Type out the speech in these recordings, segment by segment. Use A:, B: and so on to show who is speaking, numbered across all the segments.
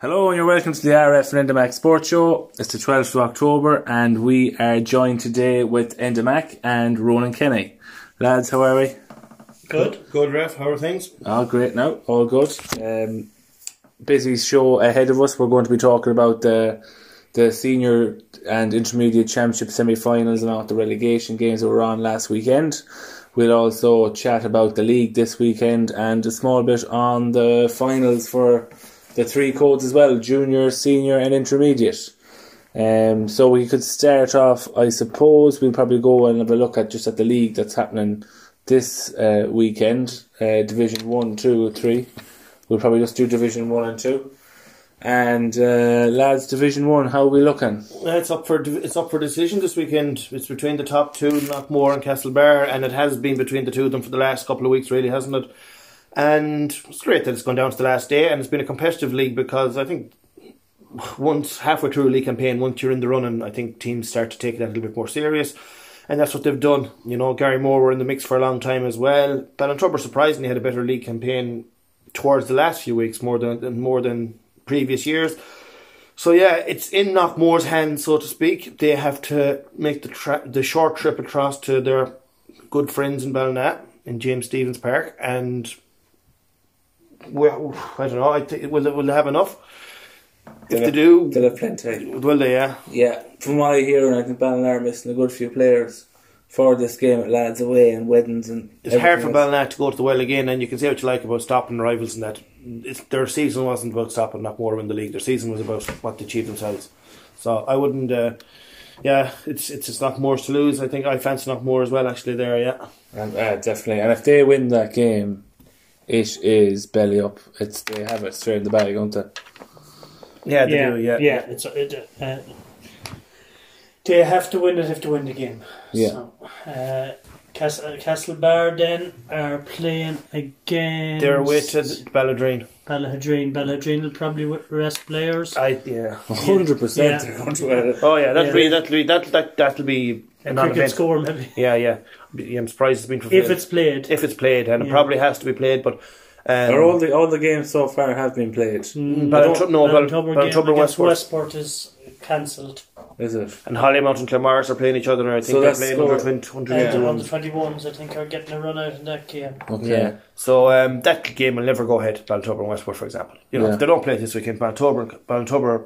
A: Hello and you're welcome to the RF and Endamac Sports Show. It's the 12th of October and we are joined today with Endamac and Ronan Kenny. Lads, how are we?
B: Good. Good, Ref. How are things?
A: All Ah, great now, all good. Um, busy show ahead of us. We're going to be talking about the the senior and intermediate championship semi-finals and all the relegation games that were on last weekend. We'll also chat about the league this weekend and a small bit on the finals for the three codes as well junior, senior, and intermediate. Um, so we could start off, I suppose, we'll probably go and have a look at just at the league that's happening this uh, weekend uh, Division 1, 2, 3. We'll probably just do Division 1 and 2. And uh, lads, Division 1, how are we looking?
B: Uh, It's up for it's up for decision this weekend. It's between the top two, Knockmore and Castlebar, and it has been between the two of them for the last couple of weeks, really, hasn't it? And it's great that it's gone down to the last day, and it's been a competitive league because I think once halfway through a league campaign, once you're in the running, I think teams start to take it a little bit more serious, and that's what they've done. You know, Gary Moore were in the mix for a long time as well. Ballantrubber surprisingly had a better league campaign towards the last few weeks, more than more than previous years. So yeah, it's in Knockmore's hands, so to speak. They have to make the tra- the short trip across to their good friends in Ballina in James Stevens Park, and well, I don't know. I think will they, will they have enough? If they do,
A: They'll have plenty.
B: will they? Yeah,
C: Yeah, from what I hear, and I think Ballina are missing a good few players for this game at Lads Away and Weddings and.
B: it's hard for
C: everything else.
B: Ballina to go to the well again, and you can say what you like about stopping rivals and that. It's, their season wasn't about stopping Knockmore in the league. Their season was about what they achieved themselves. So I wouldn't. Uh, yeah, it's it's it's Knockmore's to lose. I think I fancy Knockmore as well. Actually, there, yeah.
A: And, uh, definitely. And if they win that game, it is belly up. It's They have it straight in the bag, don't they?
B: Yeah, they
D: yeah,
B: do.
D: yeah,
B: Yeah,
D: It's it, uh, they have to win it. Have to win the game.
A: Yeah.
D: So, uh, Cas- uh, Castlebar then are playing against
B: They're away to Balladrine.
D: Ballahadrine. Ballahadrine will probably w- rest players.
B: I yeah.
A: 100%
D: Yeah.
A: they're going to win it.
B: Oh yeah, that'll
D: Yeah.
B: be that'll be that that that'll be
D: A
B: an
D: cricket
B: event.
D: score maybe
B: Yeah, yeah. Yeah, I'm surprised it's been fulfilled.
D: if it's played.
B: if it's played, and it
D: Yeah.
B: probably has to be played, but. Um,
C: Are all the all the games so far have been played?
D: Mm,
B: Ballantru- no, Ball-
D: Ballantubber
B: Ballantubber
D: game against
B: Westport.
D: Westport is cancelled.
C: Is it?
B: and Hollymount and Clamars are playing each other, and I think
C: So
B: they're
C: that's
B: playing
C: score-
B: under 20,
D: Uh,
B: 100
D: the
B: yeah.
D: under twenty ones, I think, are getting a run out in that game.
A: Okay.
C: Yeah.
B: So um, that game will never go ahead, Ballantober and Westport, for example. You know,
A: Yeah.
B: if they don't play it this weekend, Ballantober, Ballantober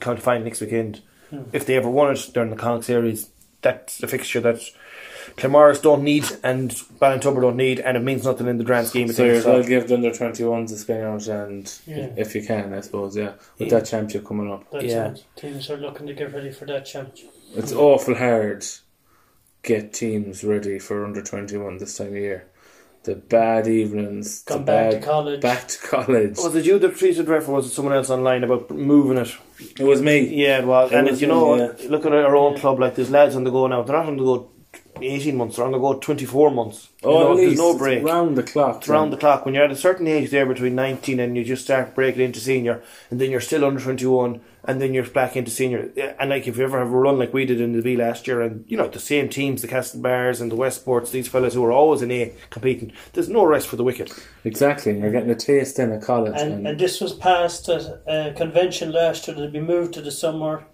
B: can't find next weekend.
C: Hmm.
B: If they ever won it during the Connacht series, that's the fixture that Clamars don't need and Ballantober don't need, and it means nothing in the grand scheme of
C: So you
B: things.
C: as well
B: So,
C: give the under 21s a spin out and
D: Yeah.
C: if you can, I suppose, yeah. With
B: Yeah.
C: that championship coming up,
D: That's
B: Yeah.
D: what teams are looking to get ready for that challenge.
C: it's awful hard get teams ready for under 21 this time of year. The bad evenings,
D: Come
C: the
D: back to
C: bad-
D: college.
C: back to college.
B: was it you that treated ref, or was it someone else online about moving it?
C: It was me.
B: Yeah, it was.
C: It
B: and
C: was
B: you know,
C: me,
B: look at our own
D: Yeah.
B: club, like there's lads on the go now. They're not on the go 18 months, they're on the go 24 months. You
C: Oh,
B: know,
C: at
B: there's
C: least
B: no break.
C: It's round the clock.
B: It's round the clock. When you're at a certain age there between 19 and you just start breaking into senior, and then you're still under 21, and then you're back into senior. Yeah, And like if you ever have a run like we did in the B last year, and you know, the same teams, the Castlebarrs and the Westports, these fellas who are always in A competing, there's no rest for the wicked.
C: Exactly, you're getting a taste in at college.
D: And, and this was passed at a convention last year. It'll be moved to the summer,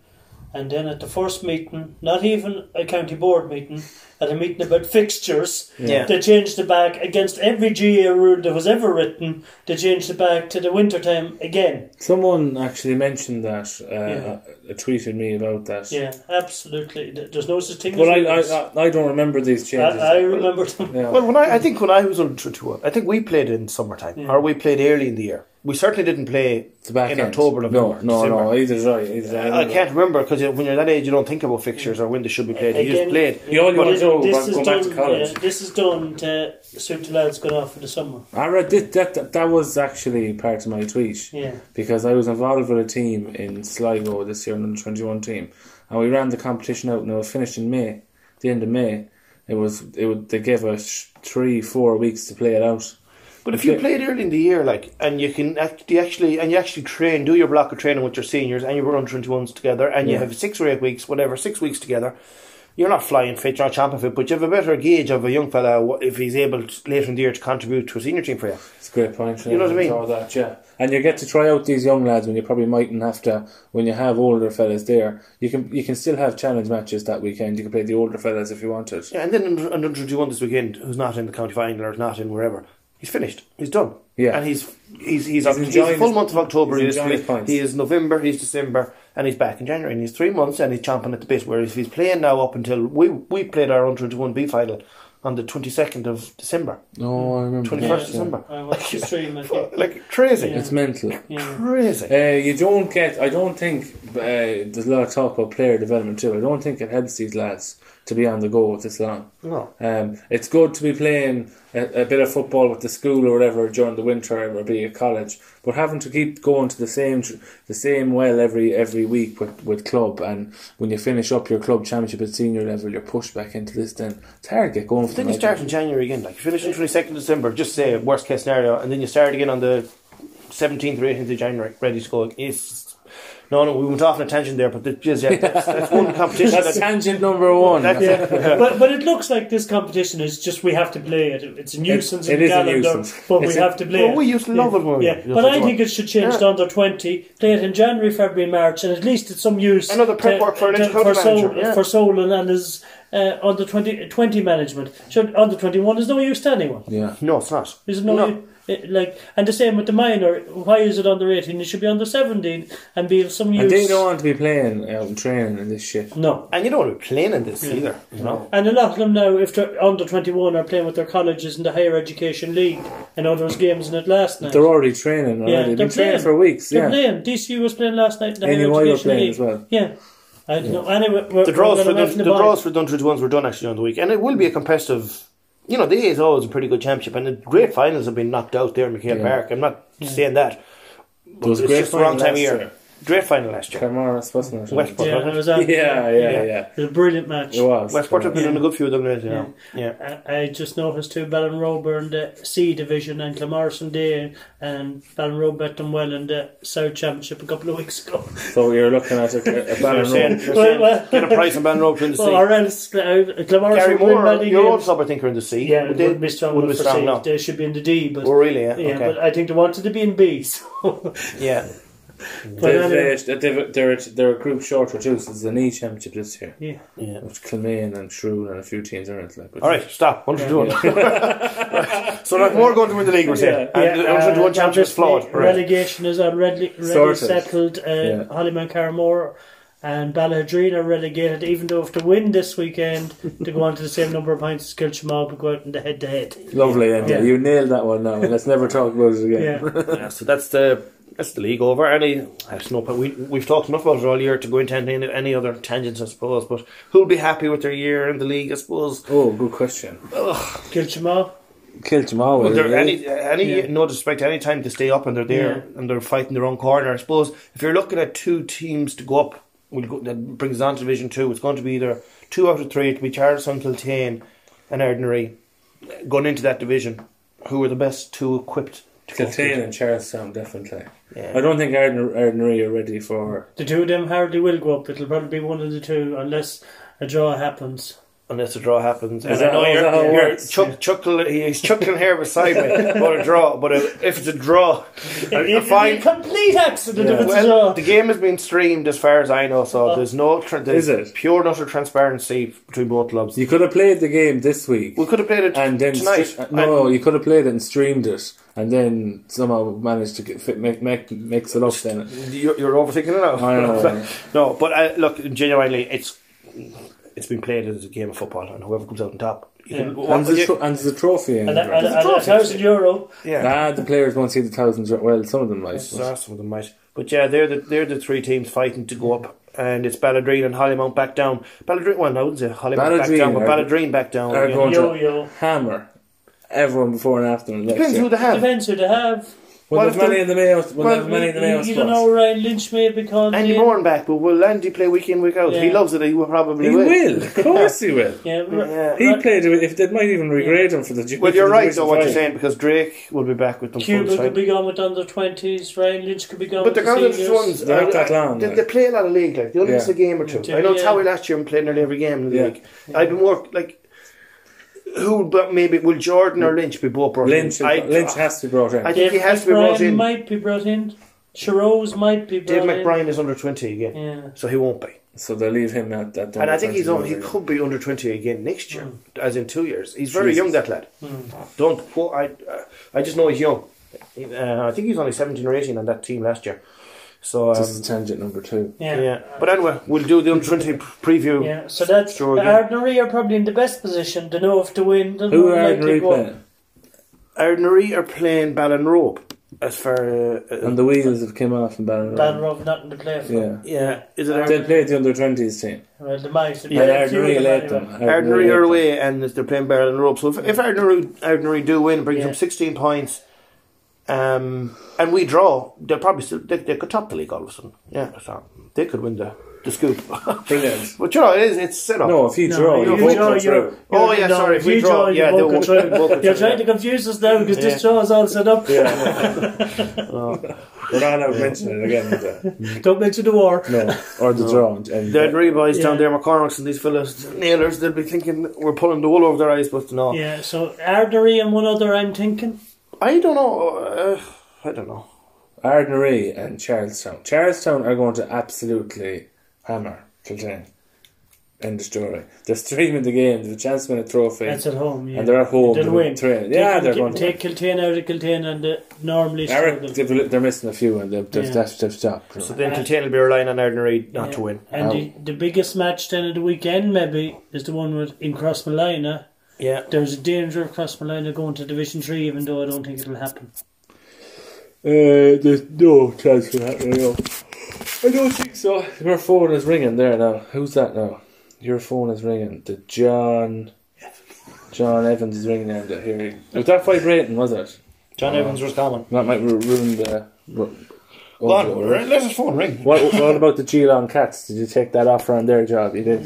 D: and then at the first meeting, not even a county board meeting, at a meeting about fixtures,
B: Yeah.
D: they changed the back against every GA rule that was ever written. They changed the back to the winter time again.
C: Someone actually mentioned that, uh,
D: Yeah.
C: uh, tweeted me about that.
D: Yeah, absolutely. Th- There's no such thing.
C: Well, I,
D: as rules.
C: I, I, I don't remember these changes.
D: I, I remember them.
C: yeah.
B: Well, when I, I think when I was under 21, I think we played in summertime,
D: Yeah.
B: or we played early in the year. We certainly didn't play
C: It's the back
B: in
C: end.
B: October,
C: No,
B: November,
C: no,
B: December.
C: no, either's right. Either's right.
B: I can't remember because when you're that age, you don't think about fixtures or when they should be played. You just
D: Again,
B: played.
C: You only
D: but
C: want to do when
D: this is
C: going back to
D: done,
C: college.
D: yeah, this is done to suit the lads going off for the summer.
C: I read that, that, that, that was actually part of my tweet
D: Yeah.
C: because I was involved with a team in Sligo this year, an under 21 team, and we ran the competition out and it was finished in May, the end of May. It was, it would, they gave us three, four weeks to play it out.
B: But if you
C: Okay.
B: played early in the year, like, and you can act, you actually and you actually train, do your block of training with your seniors and your under twenty ones together, and you
C: Yeah.
B: have six or eight weeks, whatever, six weeks together. you're not flying fit or champion fit, but you have a better gauge of a young fella wh- if he's able to, later in the year to contribute to a senior team for you.
A: It's a great point.
B: You know what I
A: Shane,
B: mean?
A: all that, yeah. And you get to try out these young lads when you probably mightn't have to. When you have older fellas there, you can you can still have challenge matches that weekend. You can play the older fellas if you wanted.
B: Yeah, and then under, under 21 this weekend, who's not in the county final or is not in wherever, he's finished. He's done.
A: Yeah.
B: And he's he's he's, he's,
A: enjoying
B: a full
A: his-
B: month of October.
A: he's
B: He's
A: enjoying his points.
B: he is November, he's December, and he's back in January. And he's three months and he's chomping at the bit. Whereas if he's playing now up until we we played our under 21 B final on the 22nd of December,
A: No, I remember.
B: 21st
A: that, yeah.
B: December.
D: I watched the stream. I think.
B: Like crazy.
D: Yeah.
B: It's
A: It's mental.
D: Yeah.
B: crazy.
A: Uh, you don't get. I don't think uh, there's a lot of talk about player development too. I don't think it helps these lads to be on the go this long.
B: No.
A: Um, it's good to be playing a, a bit of football with the school or whatever during the winter or be at college, but having to keep going to the same tr- the same well every every week with, with club and when you finish up your club championship at senior level, you're pushed back into this. Then it's hard to get going.
B: Then
A: From
B: you
A: that.
B: start in January again. Like you finish on 22nd of December, just say worst case scenario, and then you start again on the 17th or 18th of January, ready to go. It's, no, no, we went off on a tangent there, but that- yes, yeah, that's, that's one competition.
A: That's
B: that,
A: tangent number one.
B: that's
D: But, but it looks like this competition is just we have to play it. It's a nuisance
A: It-
D: in
A: it is a
D: calendar,
A: nuisance.
D: but
A: It's
D: we
A: a-
D: have to play
B: Well,
D: it.
B: we used to love
D: yeah.
B: it when we-
D: Yeah.
B: yeah,
D: But
B: that's
D: I
B: the
D: think
B: one.
D: it should change
B: Yeah.
D: to under 20, play it in January, February, March, and at least it's some use.
B: Another prep work for an
D: to,
B: inter-county
D: for, Sol,
B: manager, yeah.
D: for Solon and his uh, under 20, 20 management. Should, under 21 is no use to anyone.
A: Yeah.
B: no, it's not.
D: Is it no,
B: No.
D: u- it- like and the same with the minor? Why is it under eighteen? It should be under seventeen and be of some use.
A: And they don't want to be playing out and training and this shit.
D: No,
B: And you don't want to be playing in this either. You know?
D: and a lot of them now, if they're under twenty one, are playing with their colleges in the higher education league. I know there was games in it last night.
A: They're already training. Already.
D: Yeah,
A: They've
D: they're
A: been training
D: playing.
A: for weeks.
D: They're
A: Yeah.
D: playing. DCU was playing last night. In the
A: NUI were
D: higher education
A: playing
D: league.
A: as well.
D: Yeah, I don't know. Anyway, we're,
B: The draws for
D: we're gonna
B: the,
D: mention
B: the
D: bar.
B: draws for Dundred ones were done actually on the week, and it will be a competitive. You know, the A is always a pretty good championship, and the great finals have been knocked out there in McHale Park. I'm not saying that.
A: There was a
B: It's
A: great
B: just the wrong
A: final
B: time of
A: last
B: year. Great final last year.
A: Camaras, wasn't it?
B: Westport,
D: Yeah,
B: wasn't
D: I
B: it?
D: was on.
A: Yeah, yeah, yeah.
D: It was a brilliant match.
A: It was.
B: Westport have been doing a good few of them lately. Yeah. yeah.
D: I, I just noticed too Ballinrobe are in the C division and Clamarson Day and Ballinrobe bet them well in the South Championship a couple of weeks ago.
A: So you're looking at a, a
B: They're
A: banner
B: saying,
A: roll.
B: they're saying
D: Well, well.
B: get a price on Ben Rope in the sea.
D: well, or else uh,
B: Gary
D: Clamarson win
B: Moore,
D: many
B: your old
D: games.
B: club, I think, are in the sea.
D: Yeah, it
B: They-
D: wouldn't be strong
B: wouldn't
D: enough
B: be
D: for
B: strong
D: C.
B: now.
D: They should be in the D, but
B: Oh, really? Yeah.
D: yeah,
B: okay.
D: but I think they wanted to be in B. So,
B: yeah.
D: but anyway,
A: They've, uh, they've, they're, they're a group short or two, so there's an E championship this year.
D: yeah.
B: Yeah.
A: Which Kilmaine and Shrew and a few teams aren't like. but-
B: All right, stop. What are you doing? so like more going to win the league, we're saying.
D: Yeah,
B: And the Ulster
D: uh,
B: one championship is
D: obviously
B: flawed. Right.
D: Relegation is already, already
A: Sorted.
D: settled. Uh,
A: Yeah.
D: Holyman Carmore and Balladreen are relegated, even though if they win this weekend, they go on to the same number of points as Kilchimob and go out in the head to head.
A: Lovely, and
D: Yeah.
A: yeah. you nailed that one now. Let's never talk about it again.
D: Yeah.
B: Yeah, so that's the that's the league over. Any, there's no point. We we've talked enough about it all year to go into any, any other tangents, I suppose. But who'll be happy with their year in the league? I suppose.
A: Oh, good question.
D: Kilchimob.
A: Killed them all.
B: Well,
A: really.
B: they're any, any
D: Yeah.
B: no disrespect, any time they stay up and they're there and they're fighting their own corner. I suppose if you're looking at two teams to go up, we'll go, that brings us on to Division Two. It's going to be either two out of three. It'll be Charlton, Kiltane, and Ardnary going into that division. Who are the best two equipped? to go
A: Kiltane and Charlestown, definitely.
B: through? Yeah.
A: I don't think Arden, Ardenry are ready for.
D: The two of them hardly will go up. It'll probably be one of the two, unless a draw happens.
B: Unless a draw happens, and
A: Is
B: I
A: that-
B: know
A: is that how
B: you're,
A: it
B: you're
A: works?
B: chuck, chuckle, he's chuckling here beside me about a draw. But if it's a draw, a, a
D: It'll
B: fine,
D: be a complete accident if it's a
B: Well,
D: draw.
B: the game has been streamed as far as I know, so there's no tra- there's
A: Is it?
B: pure and utter transparency between both clubs.
A: You could have played the game this week.
B: we could have played it
A: and then
B: tonight.
A: stre- no,
B: And-
A: you could have played it and streamed it, and then somehow managed to get, fit, make, make mix it up. Then
B: you're, you're overthinking it now.
A: I know.
B: no, but I, look, genuinely, it's it's been played as a game of football, and whoever comes out on top, you
D: Yeah.
B: can,
A: and,
B: you-
A: the tro- and the trophy. In
D: And,
A: it,
D: a-
A: right?
D: and, a- and a thousand euro.
B: yeah.
A: Ah, the players won't see the thousands. right? Well, some of them might.
B: That's awesome, they might. But yeah, they're the they're the three teams fighting to go up, and it's Balladreen and Hollymount back down. Balladreen, well, I wouldn't say Hollymount back
A: Balladreen
B: down, but
A: are-
B: Balladreen back down.
A: are
B: yeah.
A: going-
D: Yo yo.
A: Hammer everyone before and after. and next
B: Depends
A: year.
B: who they have.
D: Depends who they have.
A: We'll
B: Well,
A: have
B: if the-
A: many in the Mayo. We'll,
B: well,
A: have many in the Mayo.
D: You, you don't
A: spots.
D: know Ryan Lynch may be called
B: Andy
D: in.
B: Moran back, but will Landy play week in, week out? He
D: Yeah.
B: loves it, he will probably
A: He
B: will.
A: will. Of course he will.
D: Yeah,
B: Yeah.
A: He
D: Right.
A: played with- if they might even regrade him for the. ju-
B: Well,
A: for
B: you're
A: the
B: right,
A: division
B: though, what you're
A: final.
B: saying, because Drake will be back with them
D: Cuba
B: full
D: could
B: time.
D: be gone with under twenties. Ryan Lynch could be gone
B: But the
D: with
B: ground
D: the
B: interest
D: seniors.
B: ones,
A: They're not that long,
B: They,
A: like.
B: they play a lot of league, like they only
A: Yeah.
B: miss a game or two.
D: Yeah.
B: I know
D: Yeah.
B: Towie last year and played nearly every game in the
A: Yeah.
B: league. I've been work like who, but maybe will Jordan or Lynch be both brought in?
A: Lynch,
B: I,
A: Lynch has to be brought in.
B: I think he has to be
D: McBride
B: brought in.
D: Might be brought in. Shiroz might be
B: Dave
D: brought
B: McBride is under twenty again,
D: in. Yeah.
B: so he won't be.
A: so they leave him at that.
B: And I think he's on. He could be under twenty again next year,
D: Mm.
B: as in two years. He's very
A: Jesus.
B: young, that lad. Don't quote. I uh, I just know he's young. Uh, I think he was only seventeen or eighteen on that team last year. So um,
A: This is tangent number two.
D: Yeah.
B: yeah. But anyway, we'll do the under twenty preview.
D: Yeah, so that's
B: Sure,
D: sure,
B: again.
D: Ardnary are probably in the best position to know if to win. They're
A: Who
D: more
A: are
D: likely
A: Ardnary
D: to go up.
A: playing?
B: Ardnary are playing Ballinrobe as far uh, uh,
A: And
D: Um,
A: the wheels have come off in Ballinrobe.
D: Balrog not in the play for.
A: Yeah.
B: yeah is it
A: They
B: Ard-
A: played the under 20s team.
D: Well, the mice.
A: Yeah, and Ardnary led them.
B: Ardnary are
A: led them.
B: away and they're playing Ballinrobe so if, if Ardnary, Ardnary do win brings them
D: Yeah.
B: 16 points um, and we draw they'll probably still they, they could top the league all of a sudden yeah so they could win the, the scoop
A: Brilliant.
B: but you know it is it's set up
A: No, if you
D: No,
A: draw,
D: you
A: you won't
D: draw,
A: go
D: you're-
A: through.
B: oh yeah
D: No,
B: sorry if
D: if
B: we
D: you
B: draw,
D: draw, you
B: yeah they
D: won't
B: won't,
D: control.
B: won't control,
D: You're trying to
B: yeah.
D: confuse us now because
B: Yeah.
D: this show's all set up.
A: We're not allowed to mention it again. is it?
D: Don't mention the war.
A: No, or the draw. and- and-
B: the Ardnary boys down
D: Yeah.
B: there McCormick's and these fellas nailers they'll be thinking we're pulling the wool over their eyes but no
D: Yeah, so Ardnary and one other, I'm thinking.
B: I don't know. Uh, I don't know.
A: Ardnary and Charlestown. Charlestown are going to absolutely hammer Kilkenny. End of story. They're streaming the game. There's a chance to win a trophy.
D: That's at home. Yeah.
A: And they're at home.
D: They'll
A: They'll
D: win.
A: train. Yeah,
D: take,
A: they're going to
D: take Kiltane out of Kiltane and uh, normally
A: Eric,
D: struggle.
A: they've, they're missing a few and they've, they've,
D: Yeah.
A: they've, they've stopped.
B: So then Kiltane will be relying on Ardnary not to win.
D: And the, the biggest match then of the weekend maybe is the one with in Cross Malina.
B: Yeah.
D: There's a danger of Cross Malina going to Division Three, even though I don't think it'll happen.
A: Uh, there's no chance for that. No. I don't think so. Your phone is ringing there now. Who's that now? Your phone is ringing. The John. John Evans is ringing now. that Here, he- was that vibrating? Was it?
B: John Evans was coming.
A: That might ru- ruin the. Ru-
B: Well,
A: audio, right?
B: right, let his phone ring.
A: what, what about the Geelong Cats? Did you take that offer on their job? You did.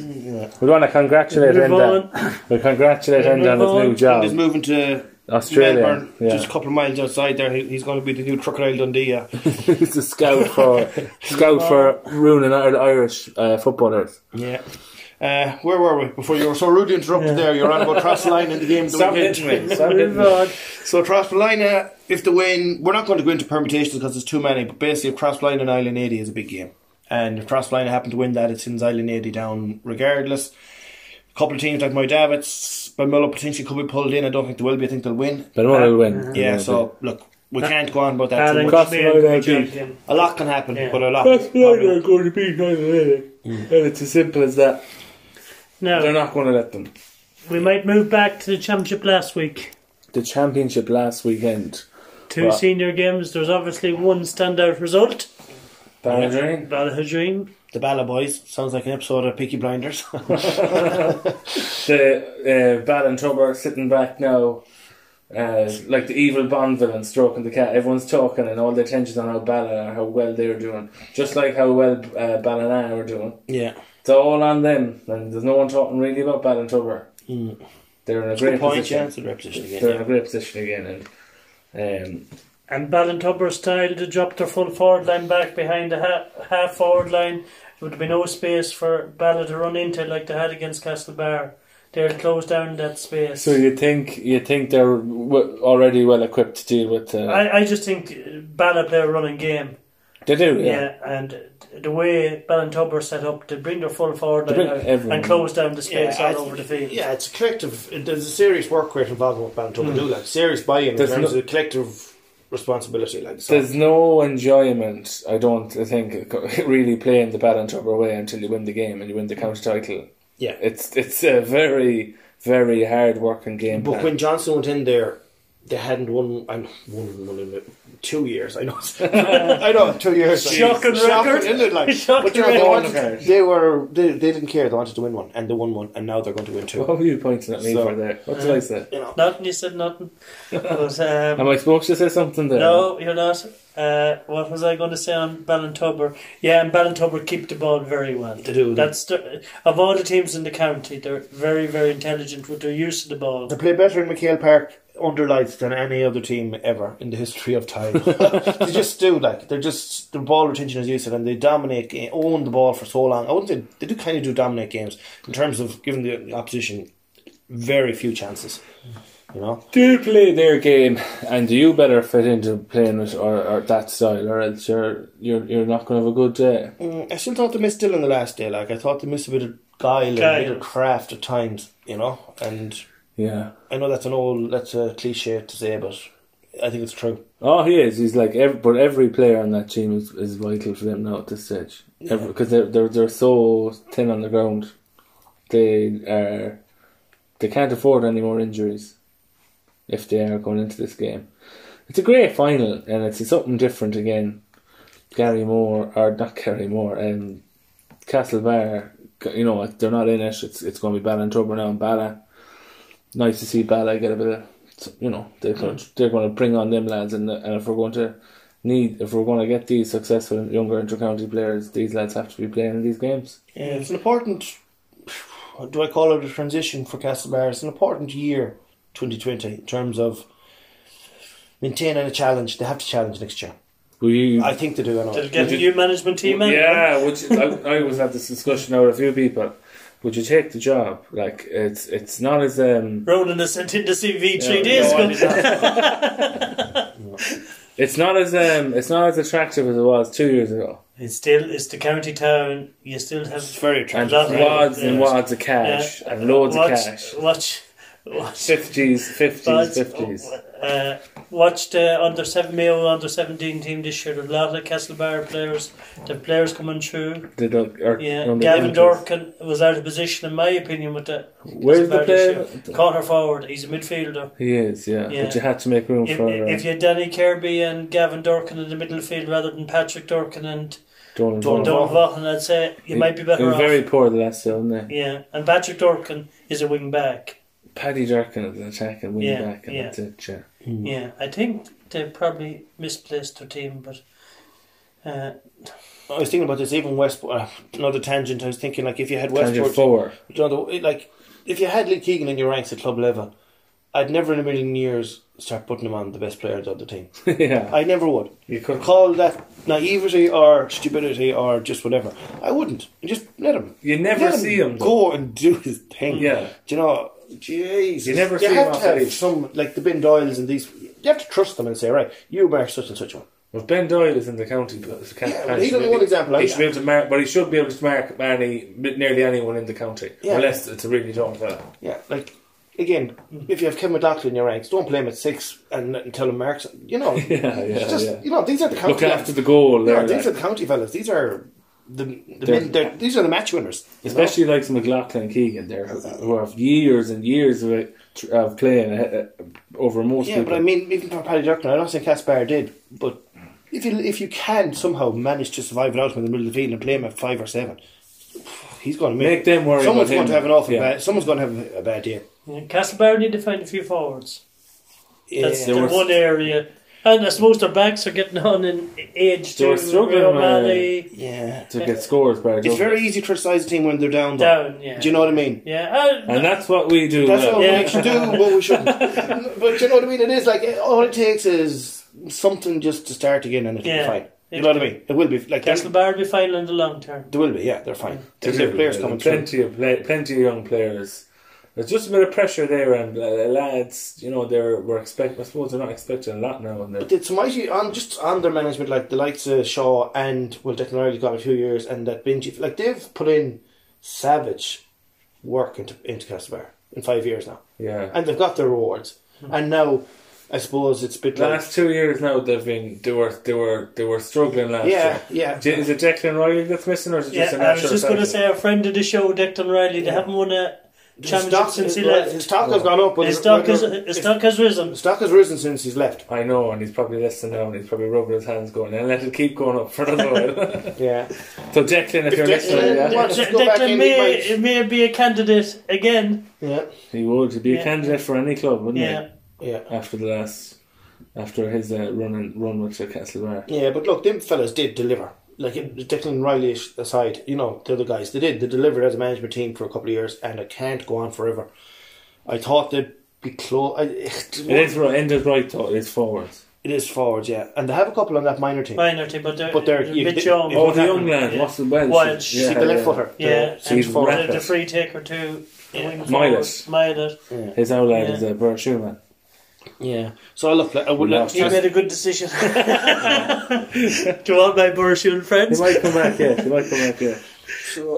A: We want to congratulate him.
D: Move
A: then.
D: on.
A: We congratulate him on his
D: Move
A: new
D: on.
A: job.
B: He's moving to
A: Australia.
B: Melbourne,
A: Yeah.
B: just a couple of miles outside there. He- He's going to be the new Crocodile Dundee. Yeah.
A: He's a scout for scout for ruining Ir- Irish uh, footballers.
B: yeah. Uh, where were we before you were so rudely interrupted there? You're on about cross line in the game. That we did.
D: Move on.
B: So Crossbelina, uh, if they win, we're not going to go into permutations because there's too many. But basically, if Crossbelina and Island 80 is a big game, and if Crossbelina happen to win that, it sends Island 80 down regardless. A couple of teams like my Davits, Bamillo potentially could be pulled in. I don't think they will be. I think they'll win.
A: But one will win.
B: Yeah. So look, we can't go on about that.
D: Alan
B: Too
A: Cross
B: much.
D: Cross Malina,
A: Malina
D: great job
A: beat-
D: again.
B: A lot can happen,
D: Yeah.
B: but a lot.
A: That's why
B: probably
A: they're
B: not.
A: going to beat Ireland. And it's as simple as that. They're
D: Now
A: not going to let them.
D: we might move back to the championship last week.
A: The championship last weekend.
D: Two
A: Right.
D: senior games. There's obviously one standout result.
A: Bandring.
D: Balhadreen.
B: The Balla Boys sounds like an episode of Peaky Blinders.
A: The uh, Ball and Tubber sitting back now. Uh, like the evil Bond villain stroking the cat. Everyone's talking and all the attention's on how Ballina how well they're doing. Just like how well uh, Ballina are doing.
B: yeah.
A: It's all on them, and there's no one talking really about Ballantover. They're in a great
B: Good point. Yeah,
A: position.
B: it's a repetition again.
A: They're
B: yeah.
A: in a great position again, and um,
D: And Ballintubber style to drop their full forward line back behind the ha- half forward line. There would be no space for Balla to run into like they had against Castlebar. They'd close down that space.
A: so you think you think they're w- already well equipped to deal with. Uh,
D: I, I just think Balla play a running game.
A: they do,
D: Yeah.
A: yeah.
D: and the way Ballintubber set up to bring their full forward
A: They bring
D: line out
A: everyone.
D: and close down the space
B: Yeah, I
D: all
B: think-
D: over the field.
B: Yeah, it's a collective. There's a serious work rate involved with Bantam do like serious buy-in
A: Hmm. There's
B: in terms
A: no-
B: of collective responsibility. Like so.
A: There's no enjoyment, I don't I think, really playing the Ballantover way until you win the game and you win the county title.
B: yeah.
A: It's it's a very very hard working game.
B: But
A: plan.
B: when Johnson went in there, they hadn't won. I'm won, won in two years. I know. I know. Two years.
D: Shocking record.
B: Isn't it? Like,
D: Shocking
B: but you know, they,
D: record.
B: wanted, they were. They, they didn't care. They wanted to win one, and they won one, and now they're going to win two.
A: What were you pointing at me
B: So- Uh,
A: for there? What did I say?
B: You know.
D: Nothing, you said nothing. But, um,
A: Am I supposed to say something there?
D: No, you're not. Uh, what was I going to say on Ballintubber? Yeah, and Ballintubber keep the ball very well.
B: They do, they-
D: That's the, of all the teams in the county, they're very, very intelligent with their use of the ball.
B: They play better in McHale Park under lights than any other team ever in the history of time. they just do like they're just the ball retention is useful and they dominate ga- own the ball for so long. I wouldn't say they do kind of do dominate games in terms of giving the opposition very few chances. You know,
A: Do you play their game, and you better fit into playing with or, or that style, or else you're you're you're not going to have a good day.
B: Mm, I still thought they missed still in the last day. Like I thought they missed a bit of guile, and a bit
D: Guile.
B: of craft at times. You know, and
A: Yeah.
B: I know that's an old that's a cliche to say, but I think it's true.
A: Oh, he is. He's like, every, but every player on that team is, is vital for them now at this stage, because they're, they're they're so thin on the ground. They are, they can't afford any more injuries, if they are going into this game. It's a great final, and it's something different again. Gary Moore, or not Gary Moore, um, Castlebar. You know, they're not in it. It's it's going to be Bala and Tubber now, and Bala. Nice to see Bala get a bit of so, you know they're going
D: Mm.
A: to, they're going to bring on them lads, and and if we're going to need if we're going to get these successful younger intercounty players, these lads have to be playing in these games.
B: Yeah, it's an important. Do I call it a transition for Castlebar? It's an important year, 2020, in terms of maintaining a challenge. They have to challenge next year.
A: Will you?
B: I think they do. I know.
D: Did it get
A: Would
D: a
A: you-
D: new management team eh? in?
A: yeah, would you, I, I was at this discussion now with a few people. Would you take the job? Like it's it's not as um.
D: Ronan has sent in the CV three
A: Yeah,
D: days
A: no, I
D: ago.
A: did It's not as um. It's not as attractive as it was two years ago.
D: It's still it's the county town. You still have
B: It's very
A: And
D: Love it.
A: wads and
D: Yeah.
A: wads of cash and loads
D: watch,
A: of cash.
D: Watch, watch,
A: Fifties, fifties,
D: watch,
A: fifties.
D: oh, uh, watch the under seven Mayo under seventeen team this year. There's a lot of Castlebar players. The players coming through.
A: They don't- or-
D: Yeah,
A: on the
D: Gavin
A: counters.
D: Dorkin was out of position, in my opinion, with the
A: Where's the
D: Castlebar this
A: player?
D: year. Corner forward, he's a midfielder.
A: He is, yeah.
D: Yeah.
A: But you had to make room
D: If,
A: for
D: if
A: uh,
D: you had Danny Kirby and Gavin Dorkin in the middle field rather than Patrick Dorkin and
A: Donald Vaughan.
B: Donald
D: Donald Vaughan, I'd say you might be
A: They
D: better
A: were
D: off.
A: very poor the last year, weren't they?
D: Yeah, and Patrick Dorkin is a wing back.
A: Paddy Durkin at the attack and wing
D: Yeah,
A: back and
D: yeah.
A: that's it, yeah.
D: Yeah, I think they probably misplaced their team, but uh,
B: I was thinking about this. Even West, uh, another tangent. I was thinking like if you had
A: Tangent
B: Westport,
A: four.
B: another- like if you had Lee Keegan in your ranks at club level, I'd never in a million years start putting him on the best player of the other team.
A: yeah.
B: I never would.
A: You could
B: Call that naivety or stupidity or just whatever. I wouldn't. Just let him.
A: you never
B: Let
A: see him though.
B: go and do his thing.
A: Yeah.
B: Do you know? Jeez,
A: You never
B: you
A: see him
B: have
A: off
B: to have
A: age.
B: some like the Ben Doyle's and these. You have to trust them and say, right, you mark such and such one.
A: Well Ben Doyle is in the county but it's a county
B: Yeah, well, he's only one example.
A: He
B: I,
A: should be able to mark but he should be able to mark Manny nearly anyone in the county.
B: Yeah.
A: Unless it's a really uh, tall fella.
B: yeah, like again,
A: Mm.
B: if you have Kevin McLaughlin in your ranks, don't play him at six and, and tell him marks. You know,
A: Yeah, yeah,
B: it's just
A: yeah.
B: you know these are the county.
A: Look after the goal
B: yeah,
A: there.
B: these
A: like.
B: are the county fellas. These are the, the
A: They're-
B: men, they're, these are the match winners. you know?
A: Especially like McLaughlin and Keegan there who have years and years of, it, of playing uh, uh, over most
B: Yeah,
A: people.
B: but I mean, even for Paddy Durkin, I'm not saying Caspar did, but if you if you can somehow manage to survive without him in the middle of the field and play him at five or seven, he's going to make,
A: Make them worry
B: Someone's
A: about
B: going
A: him.
B: to have an awful
A: Yeah.
B: bad. Someone's going to have a bad day.
D: yeah, Castlebar need to find a few forwards. That's
B: Yeah.
D: the one area. And I suppose their backs are getting on in age
A: They were
D: too.
A: struggling,
D: Real Mali
B: yeah,
A: to get scores back.
B: it's very easy to criticise a team when they're down. Though.
D: down, yeah.
B: Do you know what I mean?
D: Yeah, uh,
A: and that's what we do.
B: That's
A: now.
B: what
D: Yeah.
B: we should do, but we shouldn't. but you know what I mean? It is like all it takes is something just to start again, and it'll
D: Yeah.
B: be fine. You know what I mean? It will be like
D: Castlebar will be fine in the long term.
B: They will be, yeah, they're fine.
A: There's
B: Their players coming through.
A: plenty of play, plenty of young players. There's just a bit of pressure there, and uh, lads, you know, they're we're expect. I suppose they're not expecting a lot now, and they're
B: It's mighty on just on their management, like the likes of Shaw and well, Declan Riley got a few years, and that Benji, like they've put in savage work into into Castlebar in five years now,
A: yeah.
B: and they've got their rewards.
D: Hmm.
B: And now, I suppose it's a bit
A: The
B: like
A: last two years now, they've been they were they were they were struggling last
B: yeah,
A: year.
B: yeah.
A: J- Is it Declan Riley that's missing, or is it
D: Yeah,
A: just a
D: I was
A: natural
D: just going to
A: cycle?
D: say a friend of the show, Declan Riley, they haven't won a
B: his stock,
D: championship since he
B: well,
D: left.
B: his stock has gone up, but
D: His
B: if-
D: stock has
B: if-
D: his stock has risen.
B: his stock has risen since he's left.
A: I know, and he's probably listening now, and he's probably rubbing his hands, going, "And let it keep going up for another while."
B: Yeah,
A: so Declan, if,
B: If
A: you're
B: Declan-
A: listening, yeah,
B: Well, just go back in,
D: Declan
B: he
D: may,
B: might-
D: it may be a candidate again.
B: yeah,
A: he would. He'd be
D: Yeah.
A: a candidate for any club, wouldn't
D: Yeah.
B: yeah,
A: he? After the last, after his uh, run and run with the Castlebar.
B: yeah. But look, them fellas did deliver. Like it- Declan Riley aside, you know the other guys, they did. They delivered as a management team for a couple of years, and it can't go on forever. I thought they'd be close.
A: It is right. End is right. Thought it is forwards.
B: It is forwards, yeah, and they have a couple on that minor team.
D: Minor team, but they're,
B: But they're-
D: a
B: if
D: bit
B: they-
D: young.
B: if
A: Oh,
B: what
A: the young
B: happened-
A: lad,
D: yeah.
A: what's the Welsh?
D: Welsh.
B: See
A: Yeah,
B: the left
A: yeah.
B: footer. the-
D: Yeah,
B: the
A: He's
B: forward.
A: rapid.
D: The, the free taker too. Yeah.
A: Milet.
D: Milet.
A: His old lad
D: Yeah.
A: is a Bert Schumann.
B: Yeah. So I look like I would
A: We
B: like
A: lost
D: He
B: just,
D: made a good decision. to all my Borussia
A: He
D: friends.
A: might come back. Yeah, he might come back. Yeah.